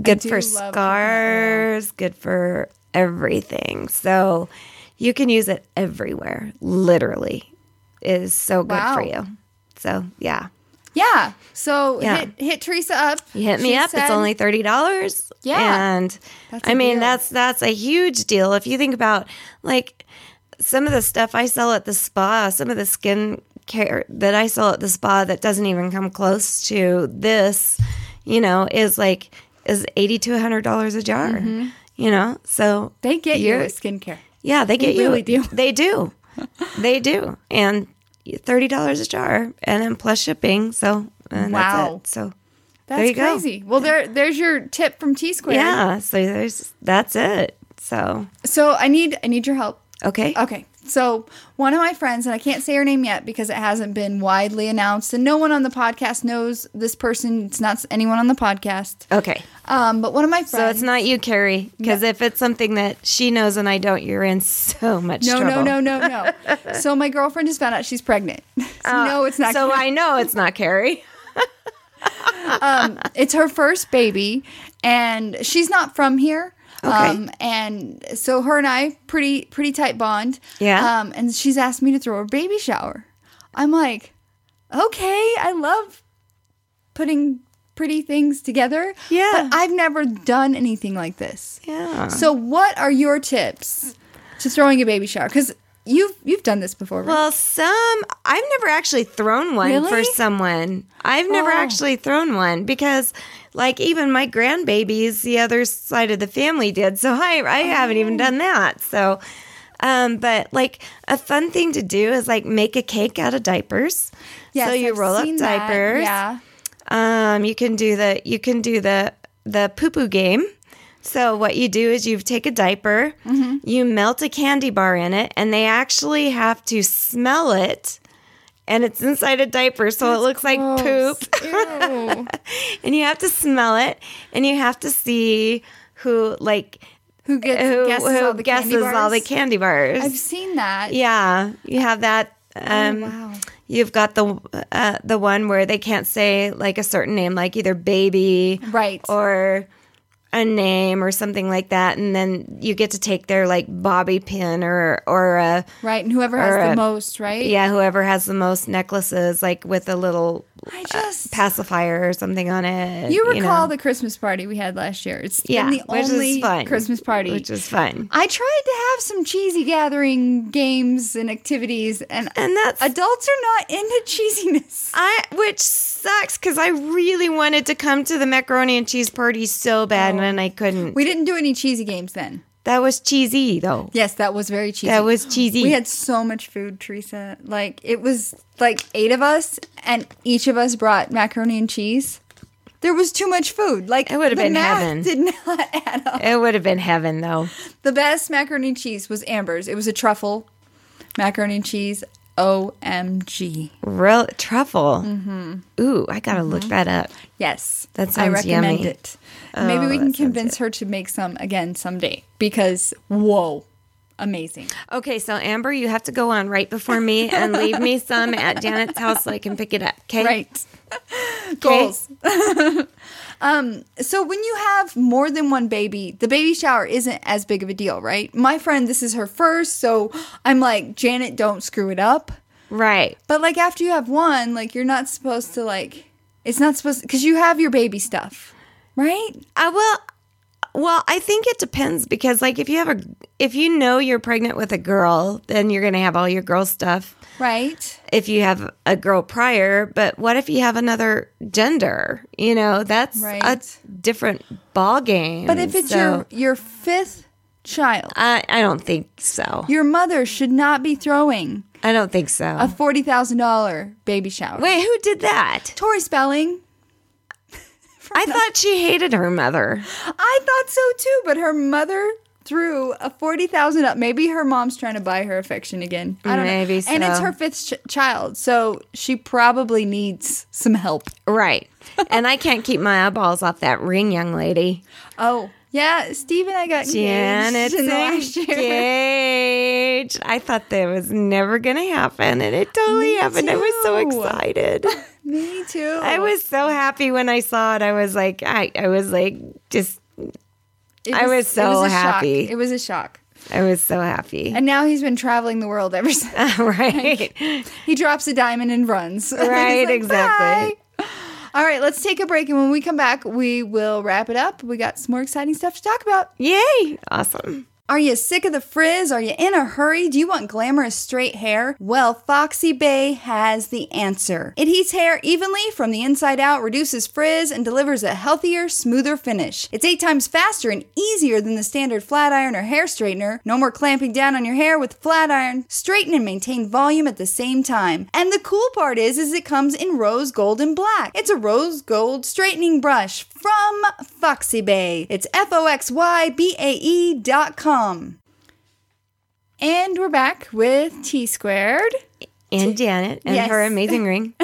S3: Good
S1: do
S3: for
S1: love coconut oil.
S3: scars, good for everything. So you can use it everywhere, literally. It is so good for
S1: Wow.
S3: you. So, yeah.
S1: Yeah. So
S3: Yeah.
S1: Hit, hit Teresa up.
S3: You hit me
S1: She
S3: up.
S1: said-
S3: it's only thirty dollars.
S1: Yeah.
S3: and
S1: That's a
S3: I mean
S1: deal.
S3: that's that's a huge deal if you think about like some of the stuff I sell at the spa, some of the skin care that I sell at the spa that doesn't even come close to this. You know, is like is eighty to hundred dollars a jar. You know, so
S1: Mm-hmm. They get you
S3: you're-
S1: with skincare.
S3: yeah, they get
S1: really do.
S3: you. They do. they do. And thirty dollars a jar, and then plus shipping. So and
S1: Wow.
S3: That's it. So.
S1: That's
S3: you go.
S1: crazy. Well, there, there's your tip from T Square.
S3: Yeah, so there's that's it. So
S1: So I need, I need your help.
S3: okay,
S1: Okay. So, one of my friends, and I can't say her name yet because it hasn't been widely announced, and no one on the podcast knows this person. It's not anyone on the podcast.
S3: okay.
S1: Um, but one of my
S3: So
S1: friends.
S3: it's not you, Carrie, because if it's something that she knows and I don't, you're in so much
S1: No,
S3: trouble.
S1: no, no, no,
S3: *laughs*
S1: no. so, my girlfriend just found out she's pregnant. *laughs* so no, it's not.
S3: Oh, So I know it's
S1: *laughs*
S3: not Carrie.
S1: it's her first baby, and she's not from here. Um,
S3: Okay.
S1: and so her and I pretty pretty tight bond.
S3: Yeah.
S1: Um, and she's asked me to throw a baby shower. I'm like, okay, I love putting pretty things together.
S3: Yeah.
S1: But I've never done anything like this.
S3: Yeah.
S1: So what are your tips to throwing a baby shower? Because You've you've done this before, right?
S3: Well, some I've never actually thrown one for
S1: Really?
S3: someone. I've never
S1: Oh.
S3: actually thrown one because, like, even my grandbabies, the other side of the family did. So I I haven't even
S1: Oh.
S3: done that. So, um, but like a fun thing to do is like make a cake out of diapers.
S1: Yes,
S3: so you
S1: I've
S3: roll up
S1: seen that.
S3: diapers.
S1: Yeah.
S3: Um, you can do the you can do the the poo poo game. So what you do is you take a diaper,
S1: Mm-hmm.
S3: you melt a candy bar in it, and they actually have to smell it. And it's inside a diaper, so it looks like poop.
S1: Ew.
S3: *laughs* And you have to smell it, and you have to see who like
S1: Who gets
S3: who
S1: guesses
S3: who
S1: all the
S3: guesses
S1: candy bars?
S3: all the candy bars.
S1: I've seen that.
S3: yeah, you have that. Um,
S1: Oh, wow.
S3: You've got the uh, the one where they can't say like a certain name, like either baby,
S1: Right.
S3: or a name or something like that, and then you get to take their like bobby pin or or a
S1: Right, and whoever has
S3: or
S1: the
S3: a-
S1: most, right?
S3: yeah whoever has the most necklaces, like with a little
S1: I just
S3: pacifier or something on it.
S1: you recall
S3: Uh,
S1: the
S3: know.
S1: Christmas party we had last year. It's
S3: yeah,
S1: been the
S3: which
S1: only
S3: is fun.
S1: Christmas party.
S3: which is fun,
S1: I tried to have some cheesy gathering games and activities, and
S3: and that's
S1: adults are not into cheesiness.
S3: I which sucks because I really wanted to come to the macaroni and cheese party so bad, and I couldn't.
S1: Oh. We didn't do any cheesy games then.
S3: That was cheesy though.
S1: Yes, that was very cheesy.
S3: That was cheesy.
S1: We had so much food, Teresa. Like it was like eight of us, and each of us brought macaroni and cheese. There was too much food. Like
S3: It would've
S1: the
S3: been
S1: math
S3: heaven.
S1: Did *laughs* not add up.
S3: it would have been heaven though.
S1: The best macaroni and cheese was Amber's. It was a truffle macaroni and cheese. OMG.
S3: Real truffle.
S1: Mm-hmm.
S3: Ooh, I gotta look that up.
S1: Yes.
S3: That
S1: I
S3: sounds
S1: recommend
S3: yummy. Oh,
S1: it. Maybe we
S3: that
S1: can
S3: sounds
S1: convince her to make some again someday because whoa, amazing.
S3: Okay, so Amber, you have to go on right before
S1: *laughs*
S3: me and leave me some at Janet's house so I can pick it up. Okay. *laughs*
S1: Right. Goals. *laughs* um so when you have more than one baby, the baby shower isn't as big of a deal, right? My friend this is her first, so I'm like, "Janet, don't screw it up."
S3: Right.
S1: But like after you have one, like you're not supposed to like it's not supposed because you have your baby stuff, right?
S3: I will. Uh, Well, I think it depends because, like, if you have a, if you know you're pregnant with a girl, then you're gonna have all your girl stuff.
S1: Right.
S3: If you have a girl prior, but what if you have another gender? You know, that's
S1: Right.
S3: a different ball game.
S1: But if it's
S3: Mm, So,
S1: your your fifth child,
S3: I, I don't think so.
S1: your mother should not be throwing
S3: I don't think so.
S1: a forty thousand dollar baby shower.
S3: Wait, who did that?
S1: Tori Spelling. *laughs*
S3: I thought she hated her mother.
S1: I thought so too, but her mother threw a forty thousand up. Maybe her mom's trying to buy her affection again. I don't
S3: Maybe
S1: know. And it's
S3: so.
S1: her fifth ch- child, so she probably needs some help.
S3: Right. and I can't keep my eyeballs off that ring, young lady.
S1: Oh. Yeah, Steve and I got
S3: Janet's
S1: engaged in the last year. *laughs*
S3: engaged. I thought that was never going to happen, and it totally
S1: Me
S3: happened. I was so
S1: too.
S3: excited.
S1: *laughs* Me too.
S3: I was so happy when I saw it. I was like, I, I was like, just,
S1: It
S3: I was so
S1: it a shock.
S3: happy.
S1: It was a shock.
S3: I was so happy.
S1: And now he's been traveling the world ever
S3: Uh.
S1: since.
S3: *laughs* right.
S1: he drops a diamond and runs. *laughs* He's
S3: Right, exactly.
S1: "Bye." All right, let's take a break. And when we come back, we will wrap it up. We got some more exciting stuff to talk about.
S3: Yay. Awesome.
S1: Are you sick of the frizz? Are you in a hurry? Do you want glamorous straight hair? Well, Foxy Bay has the answer. It heats hair evenly from the inside out, reduces frizz, and delivers a healthier, smoother finish. It's eight times faster and easier than the standard flat iron or hair straightener. No more clamping down on your hair with flat iron. Straighten and maintain volume at the same time. And the cool part is, is it comes in rose gold and black. It's a rose gold straightening brush from Foxy Bay. It's F O X Y B A E dot com. And we're back with T squared.
S3: And Janet and
S1: Yes.
S3: her
S1: *laughs*
S3: amazing ring.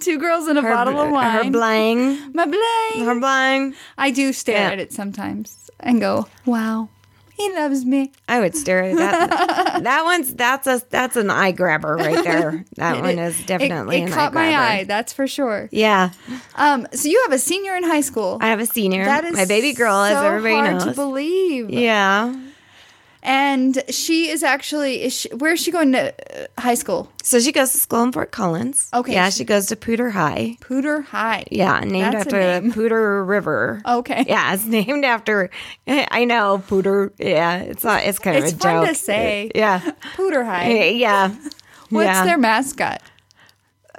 S1: Two girls and a
S3: Her,
S1: bottle of wine.
S3: her bling.
S1: My bling.
S3: Her bling.
S1: I do stare
S3: Yeah.
S1: at it sometimes and go, wow, he loves me.
S3: I would stare
S1: *laughs*
S3: at that. that one's that's a that's an eye grabber right there. That one is definitely
S1: It, it
S3: an
S1: caught
S3: eye grabber.
S1: my eye, that's for sure.
S3: Yeah,
S1: Um, so you have a senior in high school.
S3: I have a senior.
S1: that is
S3: my baby girl,
S1: so
S3: as everybody
S1: hard
S3: knows.
S1: to believe.
S3: yeah,
S1: And she is actually is she, where is she going to uh, high school?
S3: So she goes to school in Fort Collins.
S1: Okay.
S3: Yeah, she goes to Pooter High.
S1: Pooter High.
S3: Yeah,
S1: That's
S3: named
S1: a
S3: after the
S1: name. Oh.
S3: Pooter River.
S1: Okay.
S3: Yeah, it's *laughs* named after. I know Pooter. Yeah, it's not. It's kind of
S1: It's
S3: a
S1: fun to
S3: joke.
S1: say.
S3: Yeah.
S1: Pooter High.
S3: *laughs* Yeah.
S1: What's
S3: yeah.
S1: their mascot?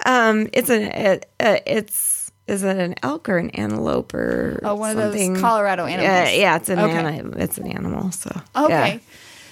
S3: Um, it's an it, uh, it's is it an elk or an antelope or
S1: Oh, one of those
S3: something?
S1: Colorado animals.
S3: Yeah, yeah, it's an
S1: Okay.
S3: ani- it's an animal. So
S1: Okay.
S3: yeah.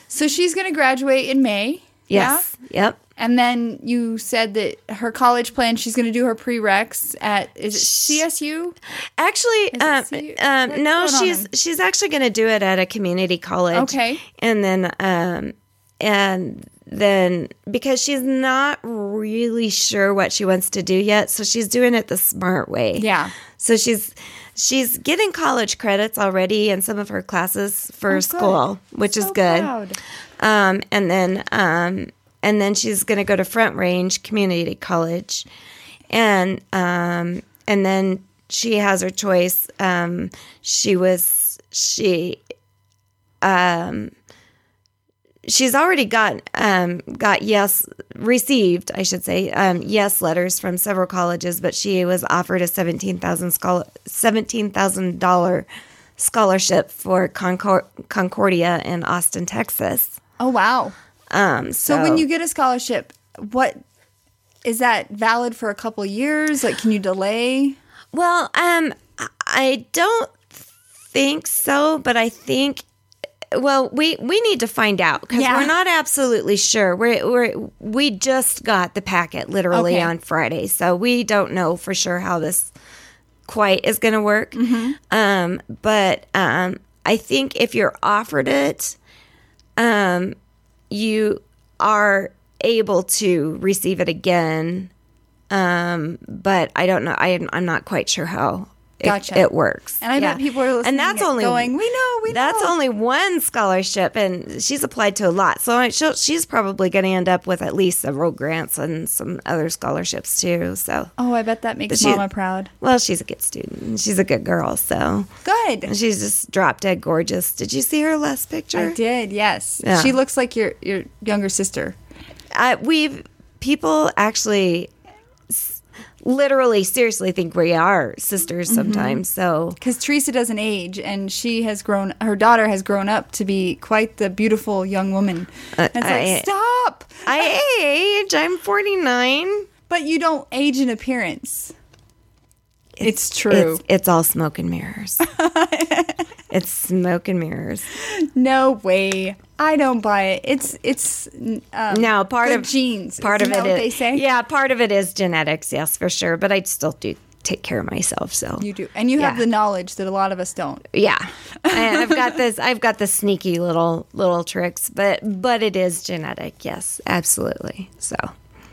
S1: So she's going to graduate in May.
S3: yes,
S1: Yeah?
S3: yep.
S1: And then you said that her college plan, she's going to do her prereqs at is it CSU?
S3: Actually,
S1: it
S3: um,
S1: C- what's
S3: um, no,
S1: going on?
S3: she's she's actually going to do it at a community college.
S1: Okay.
S3: and then um, and then because she's not really sure what she wants to do yet, so she's doing it the smart way.
S1: Yeah.
S3: So she's she's getting college credits already in some of her classes for school, which is
S1: Oh, So
S3: good.
S1: proud.
S3: Um, and then um, and then she's going to go to Front Range Community College, and um, and then she has her choice. Um, she was she she's already got um, got yes received I should say um, yes letters from several colleges, but she was offered a seventeen thousand scholar seventeen thousand dollar scholarship for Concor- Concordia in Austin, Texas.
S1: Oh wow.
S3: Um, so,
S1: So, when you get a scholarship, what is that valid for a couple years? Like can you delay?
S3: well, um, I- I don't think so, but I think. Well, we, we need to find out because
S1: Yeah.
S3: we're not absolutely sure. We're, we're we just got the packet literally
S1: Okay.
S3: on Friday, so we don't know for sure how this quite is going to work.
S1: Mm-hmm.
S3: Um, but um, I think if you're offered it, um, you are able to receive it again. Um, but I don't know. I I'm not quite sure how it,
S1: Gotcha.
S3: it works.
S1: And I bet people are listening
S3: And that's
S1: and
S3: only
S1: going, "We know, we
S3: That's
S1: know."
S3: only one scholarship, and she's applied to a lot. So I- she'll, she's probably going to end up with at least several grants and some other scholarships too. So.
S1: Oh, I bet that makes
S3: she-
S1: mama proud.
S3: Well, she's a good student. and She's a good girl. So
S1: Good.
S3: she's just drop dead gorgeous. Did you see her last picture?
S1: I did, yes.
S3: Yeah.
S1: She looks like your your younger sister.
S3: I, we've people actually s- literally seriously think we are
S1: Mm-hmm.
S3: sisters sometimes. So
S1: Because Teresa doesn't age, and she has grown. Her daughter has grown up to be quite the beautiful young woman. And it's
S3: Uh, I-
S1: like, stop!
S3: I age. I'm 49.
S1: But you don't age in appearance. It's, true.
S3: It's it's all smoke and
S1: *laughs*
S3: mirrors. it's smoke and mirrors.
S1: no way. I don't buy it. It's it's n- um,
S3: Now part
S1: good
S3: of
S1: genes.
S3: Part
S1: Isn't
S3: of it
S1: that what
S3: is-
S1: they say.
S3: Yeah, part of it is genetics. Yes, for sure. But I still do take care of myself. So
S1: you do, and you have
S3: Yeah.
S1: the knowledge that a lot of us don't. *laughs*
S3: Yeah. And I've got this I've got the sneaky little little tricks, but but it is genetic. Yes, absolutely. So,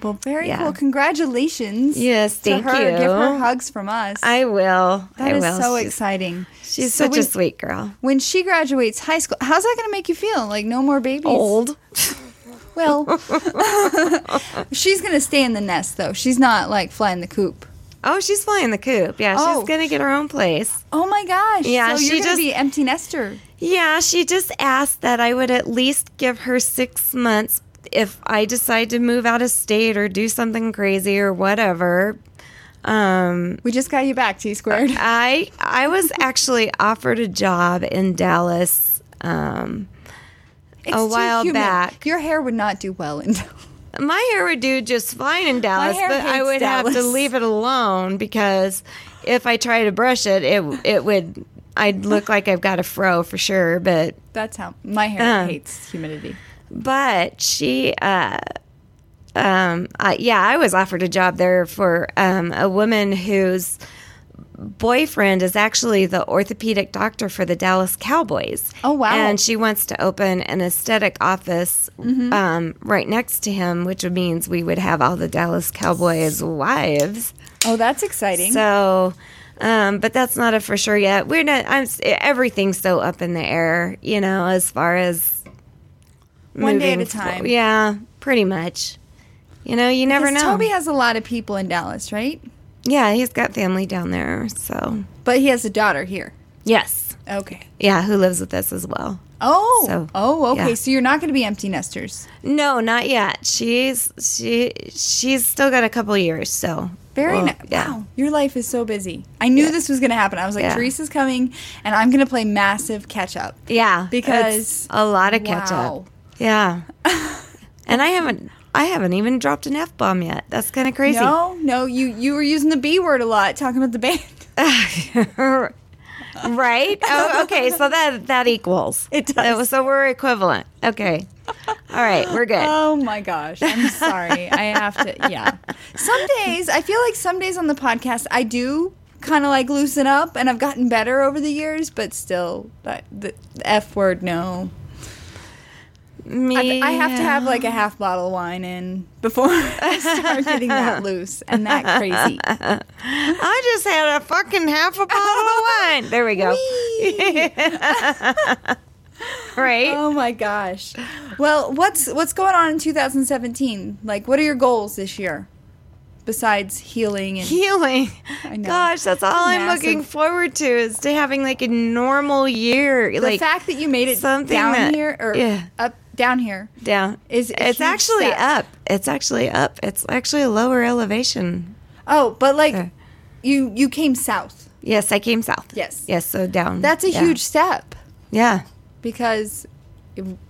S1: Well, very
S3: Yeah.
S1: cool. Congratulations.
S3: Yes,
S1: to
S3: thank
S1: her.
S3: you.
S1: Give her hugs from us.
S3: I will. I
S1: that
S3: will.
S1: is so
S3: She's-
S1: exciting.
S3: She's
S1: So
S3: such a
S1: when-
S3: sweet girl.
S1: when she graduates high school, how's that going to make you feel? Like no more babies.
S3: Old. *laughs*
S1: Well, *laughs* she's going to stay in the nest though. She's not like flying the coop.
S3: Oh, she's flying the coop. Yeah,
S1: Oh.
S3: she's going to get her own place.
S1: Oh my gosh!
S3: Yeah,
S1: so you're
S3: she
S1: going to
S3: just-
S1: be empty nester.
S3: Yeah, she just asked that I would at least give her 6 months if I decide to move out of state or do something crazy or whatever. Um
S1: We just got you back, T squared.
S3: I I *laughs* was actually offered a job in Dallas. Um,
S1: It's
S3: a
S1: too
S3: while
S1: humid.
S3: back.
S1: your hair would not do well in. *laughs*
S3: my hair would do just fine in Dallas,
S1: hair
S3: but I
S1: hates
S3: would have to
S1: Dallas.
S3: leave it alone because if I try to brush it, it it would I'd look like I've got a fro for sure. But
S1: That's how my hair
S3: Um.
S1: hates humidity.
S3: but she uh um uh, yeah i was offered a job there for um a woman whose boyfriend is actually the orthopedic doctor for the dallas cowboys
S1: Oh, wow.
S3: and she wants to open an aesthetic office
S1: Mm-hmm.
S3: um right next to him which means we would have all the dallas cowboys wives
S1: Oh, that's exciting.
S3: so, um, but that's not a for sure yet. We're not. I'm. s- Everything's so up in the air, you know, as far as
S1: One day at
S3: moving
S1: a time.
S3: forward. yeah, pretty much. You know, you never
S1: 'Cause
S3: know.
S1: Toby has a lot of people in Dallas, right?
S3: yeah, he's got family down there, so
S1: But he has a daughter here.
S3: yes,
S1: Okay.
S3: yeah, who lives with us as well.
S1: Oh.
S3: So,
S1: oh, okay.
S3: yeah.
S1: So you're not going to be empty nesters.
S3: No, not yet. She's she she's still got a couple years, so
S1: Very
S3: well,
S1: ni- Wow. Your life is so busy. I knew this was going to happen. I was like,
S3: Yeah.
S1: Teresa's coming, and I'm going to play massive catch up.
S3: Yeah,
S1: Because-
S3: it's a lot of catch
S1: Wow.
S3: up. Yeah, and I haven't I haven't even dropped an f bomb yet. That's kind of crazy. *laughs*
S1: No, no, you you were using the B word a lot talking about the band.
S3: right? Oh, okay, so that that equals it does. So we're equivalent. Okay, all right, we're good.
S1: Oh my gosh. I'm sorry. I have to yeah. Some days I feel like some days on the podcast I do kind of like loosen up and I've gotten better over the years, but still that the, the F word no.
S3: Me,
S1: I have to have like a half bottle of wine in before *laughs* I start getting
S3: *laughs*
S1: that loose and that crazy.
S3: I just had a fucking half a bottle
S1: *laughs*
S3: of wine. There we go. right.
S1: Oh my gosh. Well, what's what's going on in 2017? Like what are your goals this year? Besides healing and
S3: healing.
S1: know.
S3: Gosh, that's all I'm
S1: Massive.
S3: looking forward to is to having like a normal year.
S1: the
S3: like
S1: fact that you made it down
S3: something that-
S1: here or
S3: yeah.
S1: up down here
S3: down
S1: is a
S3: it's
S1: huge
S3: actually
S1: step.
S3: up. It's actually up. It's actually a lower elevation.
S1: Oh, but like
S3: Sure.
S1: you you came south.
S3: Yes, I came south.
S1: Yes.
S3: Yes, so down.
S1: That's a
S3: Yeah.
S1: huge step *laughs*
S3: Yeah.
S1: because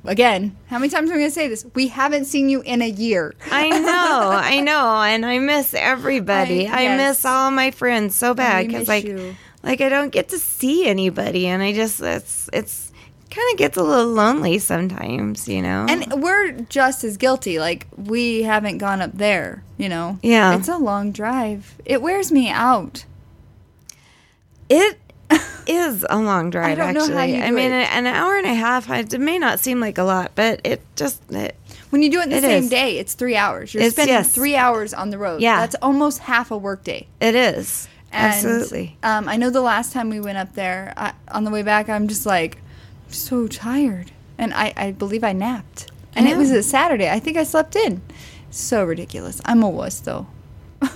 S1: again, how many times am I going to say this? We haven't seen you in a year.
S3: I know, I know, and I miss everybody.
S1: I-
S3: I,
S1: yes.
S3: miss all my friends so bad
S1: we
S3: because
S1: miss
S3: like,
S1: you.
S3: like I don't get to see anybody, and I just it's it's kind of gets a little lonely sometimes, you know.
S1: And we're just as guilty. Like we haven't gone up there, you know.
S3: Yeah.
S1: It's a long drive. It wears me out. *laughs*
S3: It is a long drive.
S1: don't know
S3: actually,
S1: how you
S3: I
S1: do
S3: mean,
S1: it.
S3: an hour and a half. I- It may not seem like a lot, but it just it,
S1: When you do it in the
S3: It
S1: same
S3: is.
S1: day, it's 3 hours. You're
S3: It's-
S1: spending
S3: yes.
S1: 3 hours on the road.
S3: Yeah.
S1: That's almost half a workday.
S3: it is
S1: And, *laughs*
S3: absolutely.
S1: Um, I know the last time we went up there, I, on the way back, I'm just like so tired, and I, I believe I napped, and it was a Saturday. I think I slept in. So ridiculous. I'm a wuss though.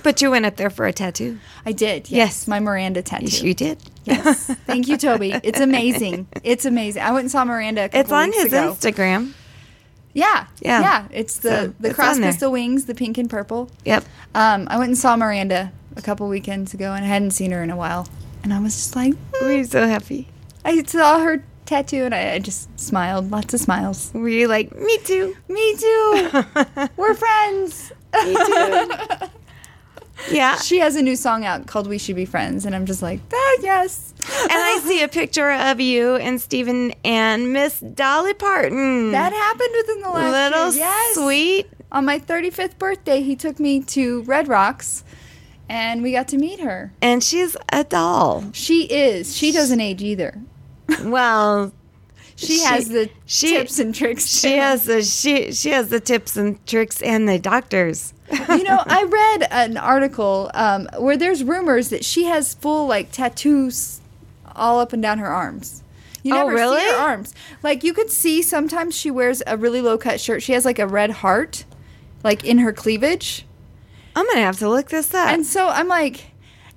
S3: But you went up there for a tattoo.
S1: I did. Yes,
S3: Yes.
S1: my Miranda tattoo.
S3: Yes, you did.
S1: Yes. Thank you, Toby. It's amazing. It's amazing. I went and saw Miranda. A couple
S3: *laughs* It's on
S1: weeks
S3: his
S1: ago.
S3: Instagram.
S1: Yeah.
S3: Yeah.
S1: Yeah. It's the
S3: So,
S1: the
S3: it's
S1: cross
S3: on there.
S1: pistol wings, the pink and purple.
S3: Yep.
S1: Um, I went and saw Miranda a couple weekends ago, and I hadn't seen her in a while, and I was just like. "Hmm."
S3: We're so happy.
S1: I saw her tattoo and I, I just smiled. Lots of smiles.
S3: Were you like me too?
S1: Me
S3: *laughs*
S1: too. We're friends. *laughs*
S3: Yeah.
S1: She has a new song out called We Should Be Friends. And I'm just like, ah, yes.
S3: and I see a picture of you and Stephen and Miss Dolly Parton.
S1: That happened within the last
S3: little
S1: year. Yes.
S3: sweet.
S1: On my 35th birthday, he took me to Red Rocks and we got to meet her.
S3: And she's a doll.
S1: She is. She doesn't age either.
S3: Well,
S1: She,
S3: She-
S1: has the
S3: she-
S1: tips and tricks.
S3: she
S1: down.
S3: has the she she has the tips and tricks and the doctors.
S1: you know, I read an article um, where there's rumors that she has full like tattoos all up and down her arms. You
S3: Oh,
S1: never see
S3: really?
S1: her arms. Like you could see sometimes she wears a really low cut shirt. She has like a red heart, like in her cleavage.
S3: *laughs* I'm gonna have to look this up.
S1: And so I'm like,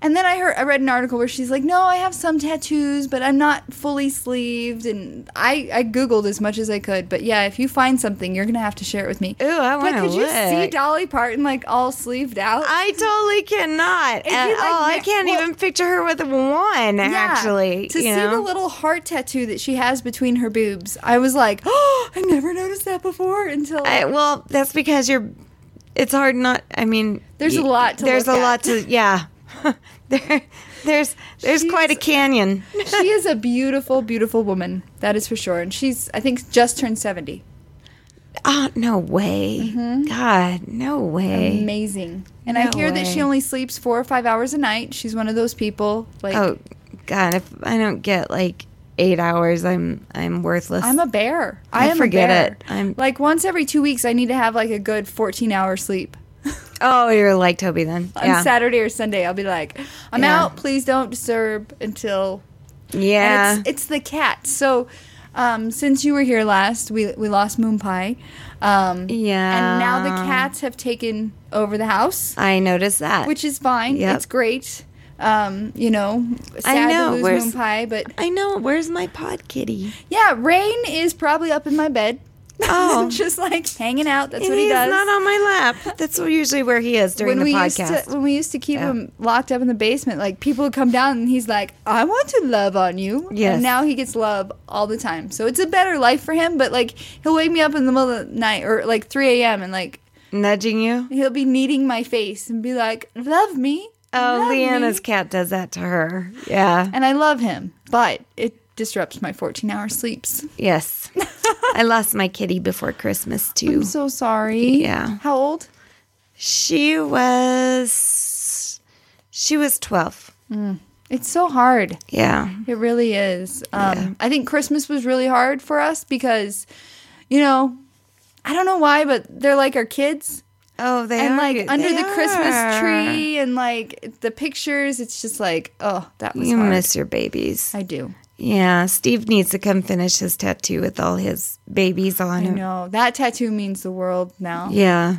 S1: and then I heard I read an article where she's like, no, I have some tattoos, but I'm not fully sleeved. And I I googled as much as I could, but yeah, if you find something, you're gonna have to share it with me.
S3: Ooh, I
S1: But
S3: wanna
S1: could you see
S3: look.
S1: Dolly Parton like all sleeved out?
S3: I totally cannot
S1: It'd be
S3: at
S1: like
S3: all. I
S1: ne-
S3: can't
S1: well-
S3: even picture her with one. actually,
S1: To
S3: you
S1: see the
S3: know?
S1: little heart tattoo that she has between her boobs, I was like, *gasps* oh, I never noticed that before until.
S3: I, well, that's because you're. It's hard not. I mean,
S1: There's a
S3: y-
S1: lot to
S3: there's
S1: look
S3: a
S1: at.
S3: lot to. Yeah, *laughs* there, there's there's quite a canyon.
S1: *laughs* *laughs* she is a beautiful, beautiful woman. That is for sure. And she's, I think, just turned 70.
S3: Oh no way!
S1: Mm-hmm.
S3: God, no way!
S1: Amazing. And I
S3: No
S1: hear that she
S3: way.
S1: only sleeps four or five hours a night. She's one of those people. Like,
S3: Oh God, if I don't get like eight hours, I'm I'm worthless.
S1: I'm a bear. I, am
S3: forget
S1: a bear.
S3: it. I'm-
S1: Like, once every two weeks, I need to have like a good 14 hour sleep.
S3: oh, you're like Toby then.
S1: On
S3: yeah,
S1: Saturday or Sunday, I'll be like, I'm
S3: Yeah.
S1: out. Please don't disturb until
S3: yeah.
S1: And it's, it's the cat. So, um, since you were here last, we we lost Moon Pie. Um,
S3: Yeah.
S1: And now the cats have taken over the house,
S3: I noticed that.
S1: which is fine.
S3: Yep.
S1: It's great. Um, you know, sad
S3: know,
S1: to lose
S3: where's-
S1: Moon Pie, but
S3: I know. Where's my pod kitty?
S1: yeah, Rain is probably up in my bed,
S3: Oh,
S1: *laughs* just like hanging out. That's what he
S3: he's
S1: does.
S3: not on my lap. That's usually where he is during
S1: when we
S3: the podcast.
S1: used to when we used to keep
S3: Yeah.
S1: him locked up in the basement, like people would come down and he's like, "I want to love on you."
S3: Yes.
S1: And now he gets love all the time, so it's a better life for him. But like, he'll wake me up in the middle of the night or like 3 a.m. and like
S3: Nudging you.
S1: he'll be kneading my face and be like, "Love me."
S3: Oh,
S1: love me."
S3: Leanna's cat does that to her. Yeah.
S1: And I love him, but it disrupts my 14-hour sleeps. *laughs*
S3: Yes. I lost my kitty before Christmas too.
S1: I'm so sorry.
S3: Yeah.
S1: How old?
S3: She was she was 12.
S1: It's so hard.
S3: Yeah.
S1: It really is. Um, I think Christmas was really hard for us because, you know, I don't know why, but they're like our kids.
S3: Oh, they
S1: and
S3: are
S1: like
S3: good-
S1: under
S3: they
S1: the Christmas
S3: are.
S1: tree and like the pictures, it's just like, oh, that was
S3: You
S1: hard.
S3: miss your babies.
S1: I do.
S3: Yeah, Steve needs to come finish his tattoo with all his babies on
S1: I
S3: it.
S1: know. That tattoo means the world now.
S3: Yeah.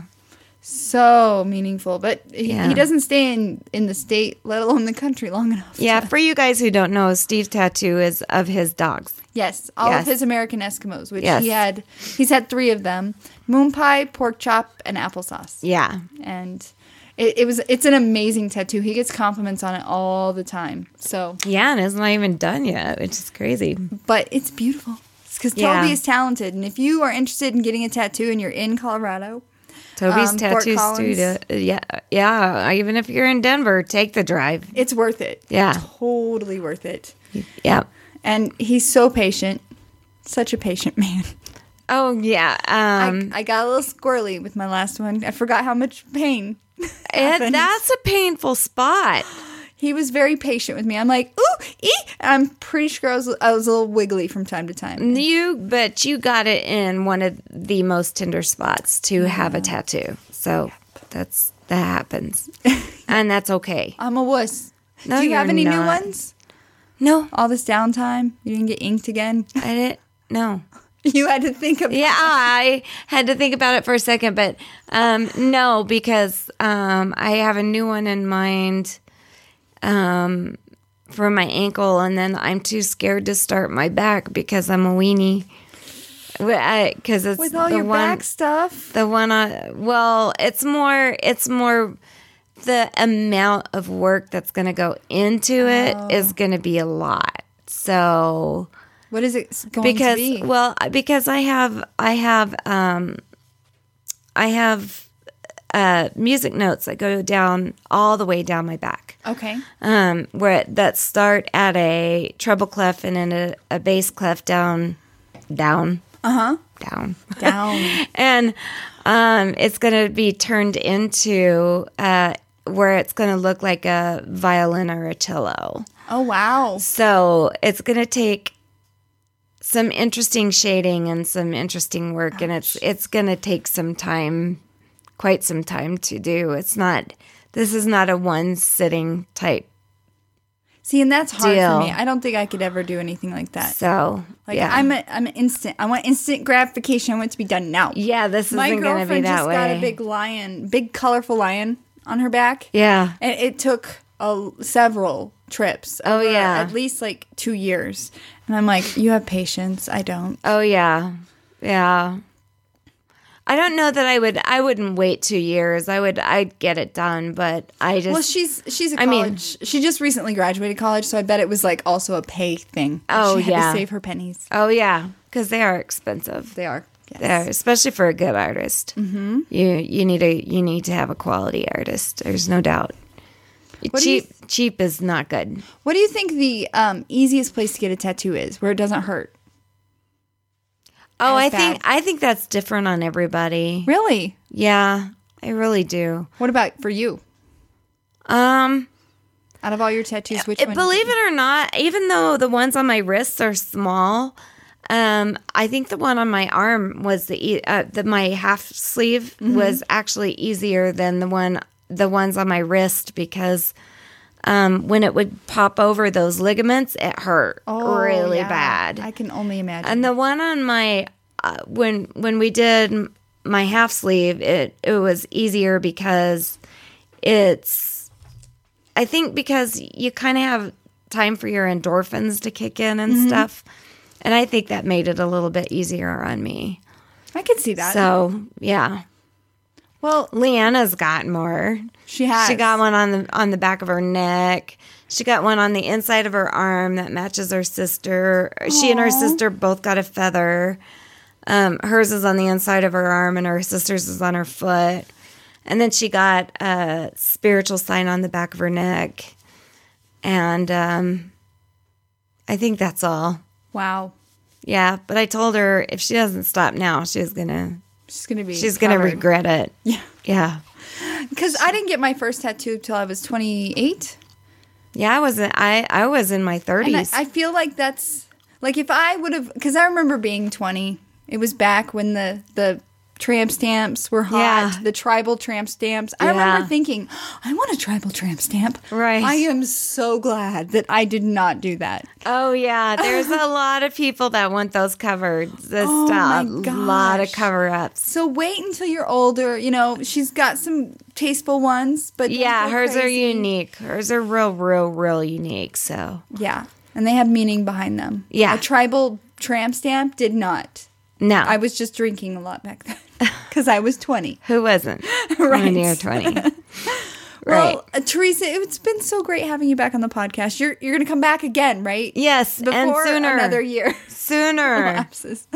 S1: So meaningful. But he,
S3: Yeah.
S1: he doesn't stay in, in the state, let alone the country, *laughs* long enough.
S3: Yeah,
S1: to-
S3: for you guys who don't know, Steve's tattoo is of his dogs.
S1: Yes, all
S3: Yes.
S1: of his American Eskimos, which
S3: Yes.
S1: he had, he's had three of them: moon pie, pork chop, and applesauce.
S3: Yeah.
S1: and it, it was it's an amazing tattoo. He gets compliments on it all the time. So,
S3: Yeah, and it's not even done yet, which is crazy.
S1: but it's beautiful because
S3: Yeah.
S1: Toby is talented, and if you are interested in getting a tattoo and you're in Colorado,
S3: Toby's
S1: Um, Fort
S3: tattoo
S1: Collins.
S3: studio. Yeah, yeah. Even if you're in Denver, take the drive.
S1: it's worth it.
S3: Yeah.
S1: totally worth it.
S3: Yeah.
S1: And he's so patient, such a patient *laughs* man.
S3: Oh yeah. Um,
S1: I, I got a little squirrely with my last one. I forgot how much pain.
S3: and
S1: happened.
S3: that's a painful spot.
S1: He was very patient with me. I'm like, ooh, ee. And I'm pretty sure I was, I was a little wiggly from time to time.
S3: You, but you got it in one of the most tender spots to have a tattoo. So that's that
S1: *laughs*
S3: happens, and that's okay.
S1: I'm a wuss.
S3: No,
S1: Do you have
S3: you're
S1: any new
S3: not.
S1: ones?
S3: No,
S1: All this downtime? You didn't get inked again? *laughs*
S3: I didn't. No.
S1: you had to think about
S3: Yeah, I had to think about it for a second, but um, no, because um, I have a new one in mind um, for my ankle, and then I'm too scared to start my back because I'm a weenie. Because it's
S1: With all
S3: the
S1: your
S3: one,
S1: back stuff?
S3: the one on. Well, it's more. It's more. The amount of work that's going to go into it
S1: Oh.
S3: is going to be a lot. So
S1: What is it s- going
S3: because
S1: to be?
S3: well I- because i have i have um i have uh music notes that go down all the way down my back
S1: okay.
S3: um where it- that start at a treble clef and then a, a bass clef down down uh-huh down *laughs*
S1: Down.
S3: and um it's gonna be turned into uh where it's going to look like a violin or a cello.
S1: *laughs* Oh, wow.
S3: So it's going to take some interesting shading and some interesting work, and it's it's going to take some time, quite some time to do. It's not. This is not a one sitting type.
S1: See, and that's hard
S3: Deal.
S1: for me. I don't think I could ever do anything like that.
S3: So
S1: Like,
S3: yeah,
S1: I'm, a, I'm an instant. I want instant gratification. I want it to be done now.
S3: yeah. This
S1: My
S3: isn't going
S1: girlfriend
S3: to be that
S1: just
S3: way.
S1: got a big lion, big colorful lion on her back.
S3: yeah.
S1: And it took a, several trips.
S3: Oh,
S1: over
S3: yeah.
S1: At least like two years. And I'm like, you have patience. I don't.
S3: Oh yeah, yeah. I don't know that I would. I wouldn't wait two years. I would. I'd get it done, but I just.
S1: Well, she's she's a
S3: I mean-
S1: college. she just recently graduated college, so I bet it was like also a pay thing. Like,
S3: Oh,
S1: she had
S3: yeah.
S1: to save her pennies.
S3: Oh yeah, because they are expensive.
S1: They are. Yes.
S3: there, especially for a good artist. Mm-hmm. You you need a you need to have a quality artist. There's no doubt.
S1: do you
S3: cheap cheap is not good.
S1: What do you think the um, easiest place to get a tattoo is, where it doesn't hurt?
S3: Oh,
S1: As
S3: I think
S1: bad.
S3: I think that's different on everybody.
S1: Really?
S3: Yeah, I really do.
S1: What about for you?
S3: Um,
S1: Out of all your tattoos, which
S3: it-
S1: one?
S3: believe it or not, even though the ones on my wrists are small, um, I think the one on my arm was the e- uh, the my half sleeve
S1: Mm-hmm.
S3: was actually easier than the one the ones on my wrist because um, when it would pop over those ligaments, it hurt
S1: Oh,
S3: really
S1: yeah.
S3: bad.
S1: I can only imagine.
S3: And the one on my uh, when when we did m- my half sleeve, it it was easier because it's I think because you kind of have time for your endorphins to kick in and stuff. And I think that made it a little bit easier on me.
S1: I can see that.
S3: So, yeah.
S1: well,
S3: Leanna's got more.
S1: she has.
S3: She got one on the on the back of her neck. She got one on the inside of her arm that matches her sister. She and her sister both got a feather. Um, hers is on the inside of her arm, and her sister's is on her foot. And then she got a spiritual sign on the back of her neck. And um, I think that's all.
S1: Wow.
S3: Yeah, but I told her if she doesn't stop now, she's gonna
S1: She's gonna be.
S3: she's gonna
S1: covered.
S3: regret it. Yeah, yeah.
S1: Because I didn't get my first tattoo till I was 28.
S3: Yeah, I was in, I I was in my
S1: And I,
S3: thirties.
S1: I feel like that's like if I would have, because I remember being 20. It was back when the the tramp stamps were hot,
S3: Yeah.
S1: the tribal tramp stamps. I
S3: Yeah.
S1: remember thinking, I want a tribal tramp stamp.
S3: Right.
S1: I am so glad that I did not do that.
S3: Oh yeah,
S1: *laughs*
S3: there's a lot of people that want those covered. This
S1: Oh,
S3: stuff,
S1: my
S3: lot of
S1: gosh.
S3: cover ups.
S1: So wait until you're older. You know, she's got some tasteful ones, but don't
S3: Yeah,
S1: go
S3: hers
S1: crazy.
S3: are unique. Hers are real, real, real unique. So
S1: Yeah, and they have meaning behind them.
S3: Yeah.
S1: a tribal tramp stamp did not.
S3: no,
S1: I was just drinking a lot back then *laughs* because I was 20.
S3: who wasn't
S1: *laughs* Right.
S3: when you were twenty? right.
S1: *laughs* Well, uh, Teresa, it's been so great having you back on the podcast. You're you're going to come back again, right?
S3: yes,
S1: Before
S3: and sooner,
S1: another year *laughs*
S3: sooner,
S1: lapses.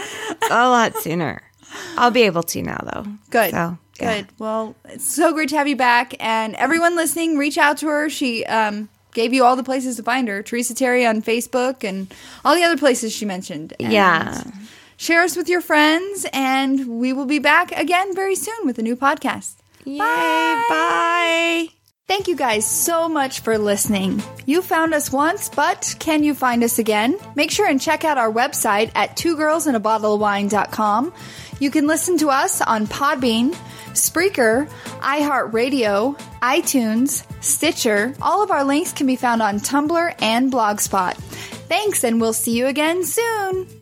S3: a lot sooner. I'll be able to now though.
S1: Good.
S3: So, yeah.
S1: Good. Well, it's so great to have you back. And everyone listening, reach out to her. She um, gave you all the places to find her Teresa Terry on Facebook and all the other places she mentioned. And
S3: Yeah.
S1: Share us with your friends, and we will be back again very soon with a new podcast.
S3: Yay!
S1: Bye.
S3: bye.
S1: Thank you guys so much for listening. You found us once, but can you find us again? Make sure and check out our website at twogirlsinabottleofwine.com. You can listen to us on Podbean, Spreaker, iHeartRadio, iTunes, Stitcher. All of our links can be found on Tumblr and Blogspot. Thanks, and we'll see you again soon.